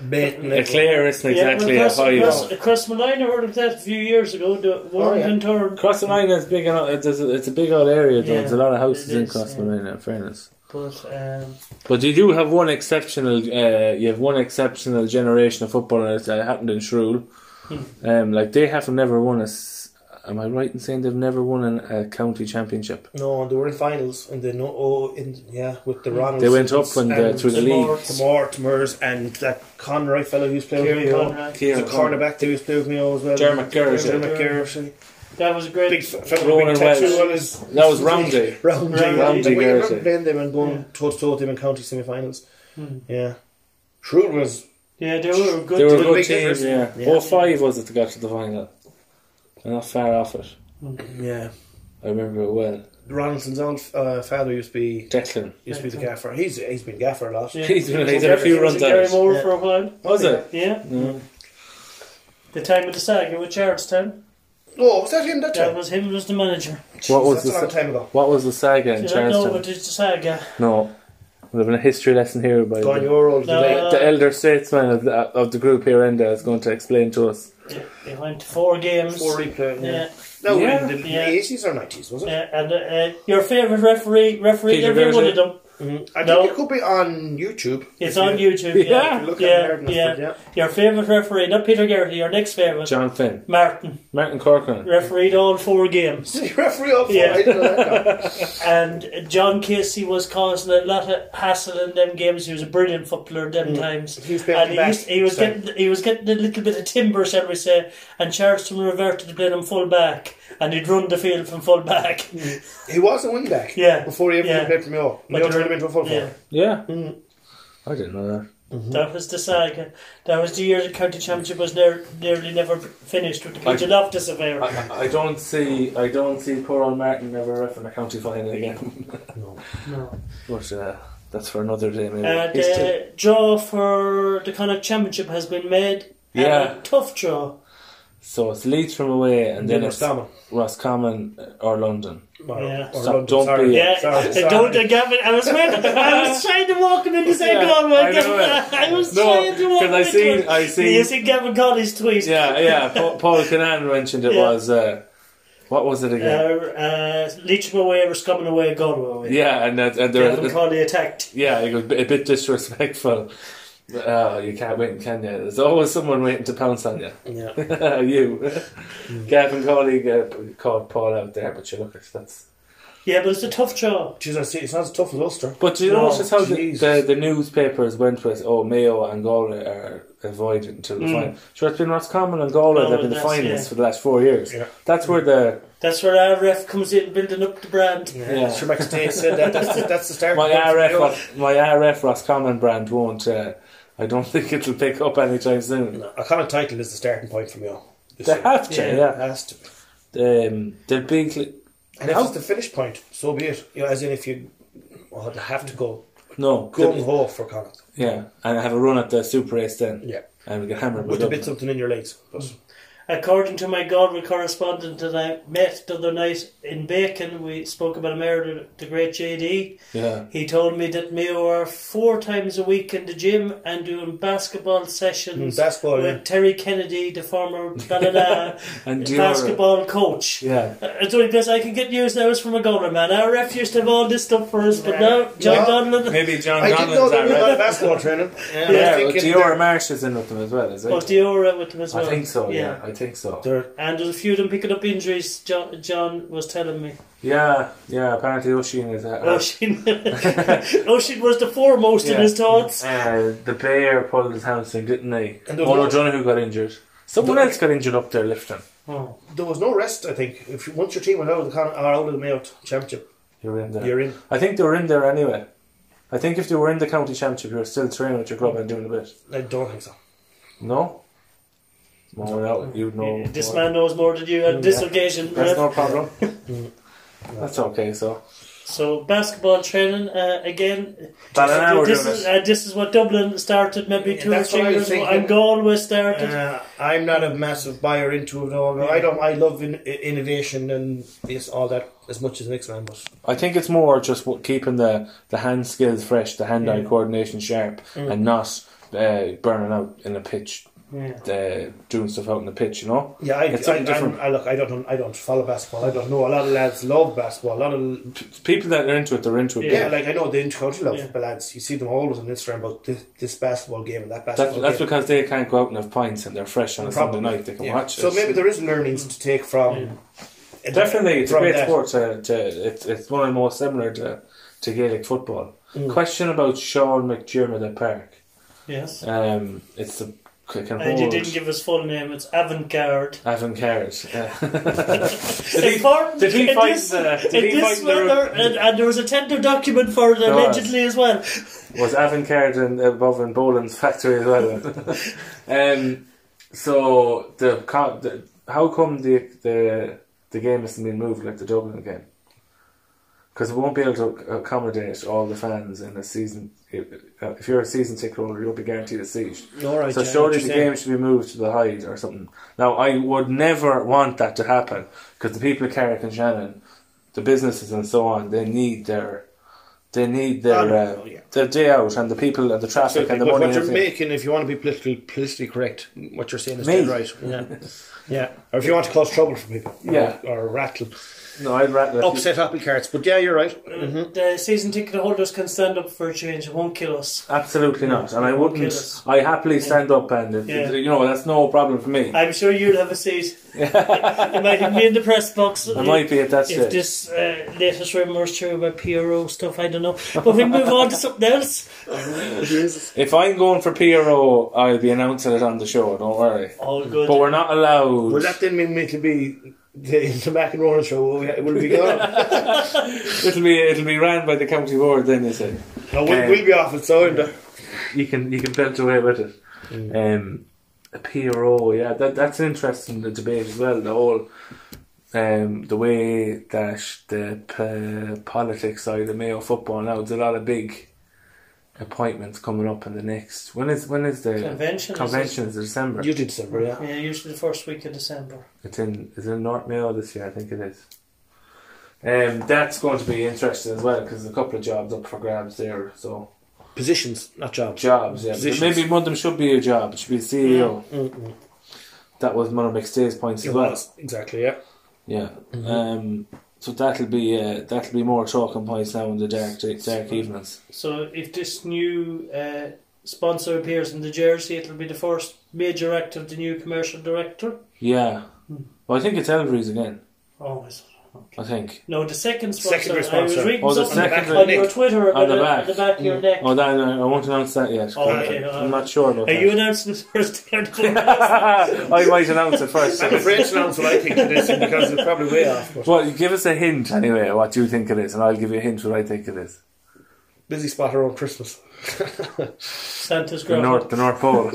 B: Baiting
A: A clear isn't exactly
D: yeah,
A: a high
D: across, across, across Malina heard of that a few years ago. The Warrington Turn,
A: Cross the Mine is big enough, it's a, it's a big old area though.
D: Yeah,
A: There's a lot of houses
D: it
A: in
D: is,
A: Cross the
D: yeah.
A: Mine in fairness.
D: but um,
A: But you do have one exceptional uh, you have one exceptional generation of footballers that happened in Shrewd.
D: Hmm.
A: Um like they have never won a s- am I right in saying they've never won an, a county championship?
B: No, they were in finals and they no oh in yeah with the Ronalds.
A: They went up when the, through the league.
B: The Mortimers and that Conroy fellow who's played with
D: Kieran
B: me. all-
D: Conrad.
B: There's a cornerback too who's played with me all as well.
A: Dermot Gerrard.
B: Dermot Gerrard.
D: That was a great.
B: Big f- fellow
A: Ronan
B: with a big
A: Welsh.
B: tattoo on his
A: That was Roundy.
B: round
D: Round-
B: round
A: Roundy
B: We remember
A: Gerrard.
B: playing them and going
D: Yeah.
B: toe to toe with them in county semi finals.
D: Hmm.
B: Yeah. Shrewd was
D: Yeah, they were a good.
A: They were a
D: team.
A: good
B: big
A: team,
B: difference.
A: yeah.
B: Yeah.
A: Oh five was it that got to the final. They're not far off it.
B: yeah.
A: I remember it well.
B: Ronaldson's old uh, father used to be
A: Declan.
B: used to be the gaffer. He's he's been gaffer a lot.
D: Yeah.
A: He's been- he's had
D: Gary-
A: a few
D: was
A: runs
D: it
A: at
D: Gary
A: it.
D: Moore
B: Yeah.
D: for a while.
A: Was it?
D: Yeah.
A: No.
D: The time of the saga with Charlestown.
B: Oh, was that him that
D: That
B: time?
D: was him was the manager.
A: What was
B: That's a
A: the
B: long
A: sa-
B: time ago.
A: what was the saga in
D: Did I know
A: Charleston?
D: what is the saga?
A: No. We're having a history lesson here by
B: Gone
A: the-
B: your old
D: No.
B: delay.
A: the elder statesman of the, of the group here, Enda, is going to explain to us.
D: They they went to four games.
B: Four replay. Yeah.
D: yeah.
B: That was
A: Yeah.
B: in the
D: Yeah.
B: eighties or nineties, was it?
D: yeah, and uh, uh, your favourite referee refereed
A: Peter
D: every one
A: Verzeer.
D: of them.
A: Mm-hmm.
B: Mm, I
D: No.
B: think it could be on YouTube.
D: It's
B: If
D: on YouTube.
B: if
D: Yeah,
B: you look at
D: yeah,
B: Ireland,
D: yeah.
B: yeah.
D: Your favourite referee, not Peter Garrity, your next favourite,
A: John Finn,
D: Martin,
A: Martin Corcoran,
D: refereed all four games.
B: Did he referee up for
D: Yeah.
B: I didn't know that. no.
D: And John Casey was causing a lot of hassle in them games. He was a brilliant footballer them times.
B: He was playing
D: and he,
B: Mm. back,
D: used, he was
B: so.
D: getting he was getting a little bit of timber, shall we say? And Charleston reverted to playing him full back, and he'd run the field from full back.
B: Mm. He was a wing back.
D: Yeah.
B: Before he ever
D: Yeah.
B: played for Mayo.
D: But
B: Mayo
D: the-
B: turned him into a full
D: Yeah.
B: forward.
A: Yeah,
B: Mm.
A: I didn't know that.
D: That was the saga. That was the year the county championship was near, nearly never finished with the
A: I-
D: Pigeon Loftus affair.
A: I, I don't see, I don't see poor old Martin ever refing a county final again.
D: no.
A: but uh, that's for another day, maybe.
D: And
A: He's still-
D: uh, draw for the Connacht championship has been made. And
A: Yeah.
D: a tough draw.
A: so it's Leeds from away, and then it's
B: Roscommon.
A: Roscommon uh, or London.
B: Or,
D: Yeah.
B: or
A: Stop,
B: London,
A: don't
B: sorry.
A: be-
D: Yeah,
B: Sorry, sorry.
D: don't uh, Gavin. I was waiting. I was trying to walk him into saying
A: Yeah,
D: Galway.
A: I know it.
D: I was
A: No,
D: trying to walk him
A: 'cause I
D: into
A: seen-
D: it.
A: I seen-
D: You see Gavin got his tweet.
A: Yeah, yeah. Pa- Paul Canan mentioned it
D: Yeah.
A: was. Uh, what was it
D: Uh,
A: again?
D: uh, Leitrim away, Roscommon away, Galway away.
A: yeah, and, that and there,
D: Gavin Cawley attacked.
A: Yeah, it was a bit- a bit disrespectful. Oh, you can't win, can you? There's always someone waiting to pounce on you.
B: Yeah.
A: you, Gavin Colleague uh, called Paul out there, but you look at that's.
D: Yeah, but it's a tough draw.
B: Jeez, I see. It sounds tough as Ulster.
A: But do you
D: No,
A: notice how the,
B: Jesus.
A: the the newspapers went with oh Mayo and Galway are avoided until the
D: Mm.
A: final. Sure, it's been Roscommon and Galway that've been the
D: Galway, that's-
A: finalists
D: yeah.
A: for the last four years.
B: Yeah.
A: That's where the
D: That's where our ref comes in, building up the brand.
A: Yeah.
B: Sure, Max Day said that. That's the, that's the start.
A: my
B: of the-
A: RF Ros- my RF Roscommon brand won't. Uh, I don't think it'll pick up anytime soon.
B: No, A common title is the starting point for Mayo. this
A: They
B: year.
A: have to,
D: Yeah.
B: It
A: yeah.
B: has to be.
A: Um, they're big.
B: And if it's the finish point, so be it. You know, as in if you well, they have to go
A: No,
B: gung ho for Connacht.
A: Yeah, and have a run at the Super Race then.
B: Yeah.
A: And we get hammered
B: With
A: with
B: a
A: it. Hmm.
B: bit something in your legs. But
D: According to my Galway correspondent that I met the other night in Bacon, we spoke about a murder, the great JD.
A: Yeah.
D: He told me that Mayo are four times a week in the gym and doing basketball sessions
B: Mm, basketball, yeah.
D: with Terry Kennedy, the former Ballina
A: And do you know,
D: basketball coach.
A: Yeah.
D: Uh, It's only place I can get news now is from a Galway man. Our ref used to have all this stuff for us, but now John
B: Yeah.
D: Donlan.
A: Maybe John
B: I did know
A: Donlan's
B: that we
A: that,
B: got
A: right?
B: basketball training.
A: Yeah,
B: I
A: but
B: think it-
A: Dior Marsh is in with them as well, is it?
D: Was Diora oh, with him as well?
A: I think so, yeah. I think so.
B: They're,
D: And there's a few of them picking up injuries, John, John was telling me.
A: Yeah, yeah. Apparently, Oshin is uh,
D: Oshin, Oshin was the foremost in
A: Yeah.
D: his thoughts.
A: Uh, the player pulled his hamstring, didn't they?
B: And
A: And
B: there was
A: Owen
B: no-
A: O'Donoghue got injured. Someone
B: There-
A: else got injured up there lifting.
D: Oh.
B: there was no rest, I think. If you, once your team went out of the con- or out of the Mayo Championship,
A: You're in there.
B: you're in.
A: I think they were in there anyway. I think if they were in the county championship, you were still training with your club and doing a bit.
B: I don't think so.
A: No. No, no, you'd know.
D: this
A: more.
D: man knows more than you on this
A: Yeah.
D: occasion.
A: That's
D: Ref.
A: no problem. That's okay. So
D: So basketball training uh, again.
A: about an hour
D: this
A: doing
D: is
A: it.
D: uh, this is what Dublin started maybe
B: Yeah,
D: two or
B: that's what
D: three
B: I was
D: years ago,
B: thinking.
D: and Galway started.
B: Uh, I'm not a massive buyer into it all. I don't. I love in, i- innovation and yes, all that as much as the next man, but
A: I think it's more just what, keeping the the hand skills fresh, the hand eye coordination sharp, and not uh, burning out in the pitch,
D: Yeah.
A: uh, doing stuff out in the pitch. You know.
B: yeah, I,
A: It's
B: I,
A: something
B: I'm-
A: different.
B: I look. I don't. I don't follow basketball. I don't know. A lot of lads love basketball. A lot of
A: People that are into it, they're into it.
D: Yeah.
B: yeah, like I know the intercounty love
D: Yeah.
B: the lads. You see them always on Instagram about this, this basketball game and that
A: That's,
B: basketball
A: that's
B: game.
A: because they can't go out and have pints and they're fresh on a
B: Probably,
A: Sunday night. They can
B: yeah.
A: watch it.
B: So maybe there is learnings to take from.
A: Definitely, it's a
B: from
A: great
B: that.
A: sport. To, to, it's, it's one of the most similar to, to Gaelic football. Question about Sean McDermott at Park.
D: Yes.
A: Um, it's a quick and
D: And you didn't
A: hold.
D: give his full name. It's Avantgarde.
A: Haven't cared.
D: Did
A: he- did he find the- did he
D: this
A: find the-
D: weather, and, and there was a tender document for it
A: There was.
D: allegedly as well.
A: was Avon Caird and above in Boland's factory as well. um, so the, co- the how come the the the game hasn't been moved like the Dublin game? Because it won't be able to accommodate all the fans in a season. If uh, if you're a season ticket holder, you'll be guaranteed a seat.
B: All right,
A: So
B: yeah,
A: surely
B: what
A: the
B: you're
A: game should be moved to the Hyde or something. Now I would never want that to happen because the people of Carrick and Shannon, the businesses and so on, they need their, they need their
B: Oh, no,
A: uh,
B: no, yeah.
A: their day out and the people and the traffic
B: Absolutely.
A: and the
B: But
A: money.
B: what
A: and
B: you're
A: everything.
B: making, if you want to be politically, politically correct, what you're saying is
A: Me.
B: dead right. Yeah. yeah. Or if you want to cause trouble for people. or-
A: Yeah.
B: Or, rattle.
A: no, I'd rather
B: Upset apple carts. But yeah, you're right. Mm-hmm.
D: The season ticket holders can stand up for a change. It won't kill us.
A: Absolutely not, and I
D: Okay,
A: wouldn't.
D: that's-
A: I happily stand up and it,
D: Yeah.
A: you know that's no problem for me.
D: I'm sure you'll have a seat. you might have me in the press box.
A: I might be at that
D: If
A: stage.
D: this uh, latest rumour is true about PRO stuff, I don't know. But we move on to something else.
A: If I'm going for PRO, I'll be announcing it on the show. Don't worry.
D: All good.
A: But we're not allowed.
B: Well, that didn't mean it to be the, the Mac and Ronan show. Will we- will be gone.
A: It'll be it'll be ran by the county board. Then you say.
B: no, we'll, we'll be off at sound.
A: you can you can belt away with it. Um, a PRO, yeah, that that's an interesting the debate as well. The whole um, the way that the p- politics side of Mayo football now. There's a lot of big appointments coming up in the next. When is when is the
D: Convention, is
A: Convention is in December.
B: You did December, yeah.
D: yeah, usually the first week of December.
A: It's in it's in North Mayo this year, I think it is. Um, that's going to be interesting as well because there's a couple of jobs up for grabs there. So
B: Positions, not jobs.
A: jobs, yeah.
B: Positions.
A: Maybe one of them should be a job. It should be a E CEO.
B: Mm-mm.
A: That was one of McStay's points
B: It
A: as well.
B: was. Mm-hmm. Exactly, yeah. Uh,
A: Yeah. Um, so that'll be uh, that'll be more talking points now in the dark dark evenings.
D: So if this new uh, sponsor appears in the jersey, it'll be the first major act of the new commercial director.
A: Yeah.
D: Hmm.
A: Well, I think it's Elvery's again.
D: Oh, is it?
A: I think.
D: no, the second sponsor.
B: Secondary
D: I was
B: sponsor.
D: reading
A: Oh, the
D: something
A: secondary-
D: on your Twitter about
A: the
D: it,
A: back.
D: on the back of your neck.
A: Oh, that, I won't announce that yet. 'cause
D: Okay,
A: I-
D: uh,
A: I'm not sure about
D: Are
A: that.
D: you announcing this first?
A: I might announce it first.
B: I'm afraid to announce what I think of this because it's probably way off. But
A: Well, you give us a hint anyway. What you think it is, and I'll give you a hint what I think it is.
B: busy spot around Christmas.
D: Santa's
A: The
D: girl.
A: North, the North Pole.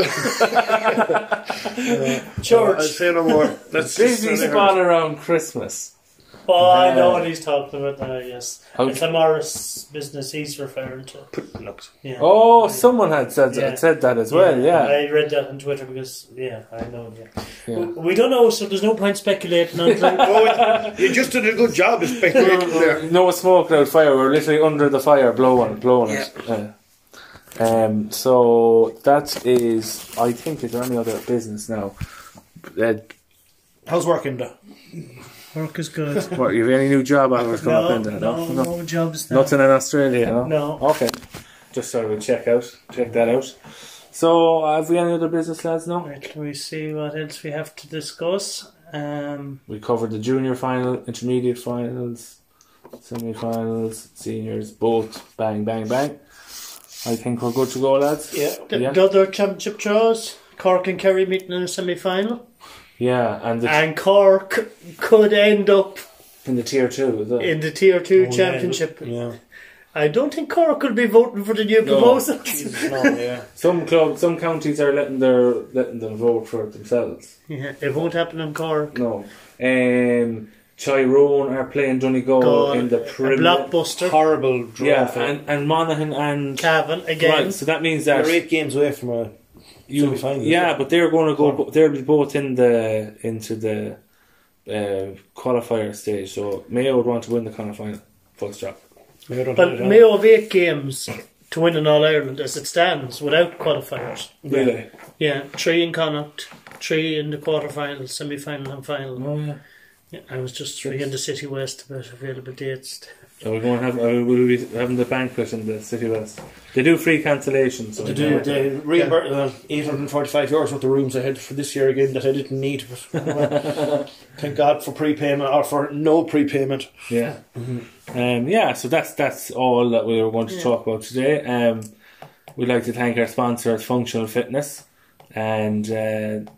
B: I'll
D: Church.
B: say no more. Let's
A: Busy
B: just- uh,
A: spot around Christmas.
D: Oh, I know
A: Yeah.
D: what he's talking about now, yes.
A: Okay.
D: It's a Morris business he's referring to. Yeah.
A: Oh, someone had said
D: Yeah.
A: said that as well. Yeah,
D: I read that on Twitter because, yeah, I know. Yeah.
A: yeah.
D: We we don't know, so there's no point speculating on it.
B: Oh, you just did a good job of speculating
A: Mm-hmm.
B: there.
A: uh, no smoke, no fire. We're literally under the fire, blowing, blowing it. Yeah. Um. So that is. I think is there any other business now? Uh,
B: How's working? though?
D: Work is good.
A: what? You have any new job offers coming up in there?
D: no, no jobs now.
A: Nothing in Australia. No.
D: No.
A: Okay. Just sort of check out. Check that out. So, have we any other business, lads? No.
D: Let me see what else we have to discuss. Um,
A: We covered the junior final, intermediate finals, semi-finals, seniors, both bang, bang, bang. I think we're good to go, lads.
D: yeah, the,
A: Yeah.
D: the other championship draws. Cork and Kerry meeting in the semi-final,
A: Yeah, and the,
D: and Cork could end up
A: in the tier two, is it?
D: in the Tier
A: Oh,
D: Two championship.
B: Yeah.
D: I don't think Cork will be voting for the new proposal.
B: Jesus, no, yeah.
A: some clubs, some counties are letting their letting them vote for it themselves.
D: yeah, it won't happen in Cork.
A: No, um, Tyrone are playing Donegal
D: God,
A: Oh, in the
D: a
A: Premier.
D: blockbuster.
B: Horrible draw.
A: Yeah,
B: for-
A: and and Monaghan and
D: Cavan again.
A: right. So that means
B: They're
A: that
B: eight games away from a.
A: you,
B: semi-final,
A: yeah,
B: yeah.
A: but they're going to go. They'll be both in the into the uh, qualifier stage. So Mayo would want to win the kind of final. Full stop.
D: But Mayo have eight games to win in All Ireland as it stands without qualifiers.
A: Really?
D: Yeah, three in Connacht, three in the quarterfinal, semi final, and final.
A: Oh yeah.
D: Yeah, I was just reading the City West about available dates.
A: Are we going to have? Are we having the banquet in the City West? They do free cancellations. So
B: To do they reimburse uh, 845 euros worth of rooms I had for this year again that I didn't need. But, well, thank God for prepayment or for no prepayment.
A: Yeah.
D: Mm-hmm.
A: Um, yeah, so that's that's all that we were going to
D: Yeah.
A: talk about today. Um, we'd like to thank our sponsors, Functional Fitness, and uh,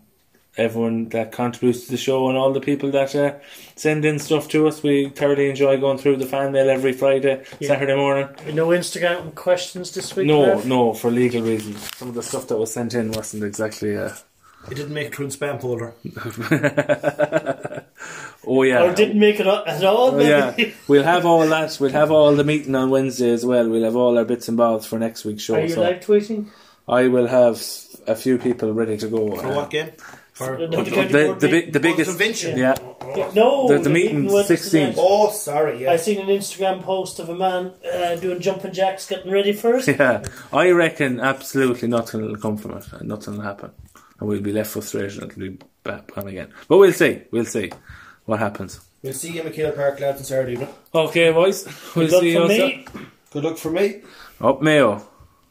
A: everyone that contributes to the show and all the people that uh, send in stuff to us. We thoroughly enjoy going through the fan mail every Friday,
D: Yeah.
A: Saturday morning.
D: No Instagram questions this week.
A: No,
D: Clive?
A: no, for legal reasons. Some of the stuff that was sent in wasn't exactly. Uh...
B: It didn't make it to a spam folder.
A: oh, yeah.
D: Or didn't make it up at all.
A: Oh, yeah, we'll have all that. We'll have all the meeting on Wednesday as well. We'll have all our bits and bobs for next week's show.
D: Are you
A: so
D: live tweeting?
A: I will have a few people ready to go.
B: For
A: uh,
B: what game? For
D: No,
A: but-
D: the
A: but
D: county
A: the,
D: board
A: the,
D: meeting.
A: big the biggest,
B: convention.
A: yeah,
D: No,
A: The- the meeting
D: was
A: 16th.
D: tonight.
B: Oh, sorry.
D: I
B: Yeah.
D: seen an Instagram post of a man uh, doing jumping jacks, getting ready for it.
A: yeah. I reckon absolutely nothing will come from it, and nothing will happen, and we'll be left frustrated and it'll be back on again. But we'll see, we'll see what happens.
B: We'll see you in McKeel Park lads on Saturday evening.
A: Okay, boys, we'll
D: Good
A: see you.
D: for
A: also-
D: me.
B: Good luck for me.
A: Up Mayo.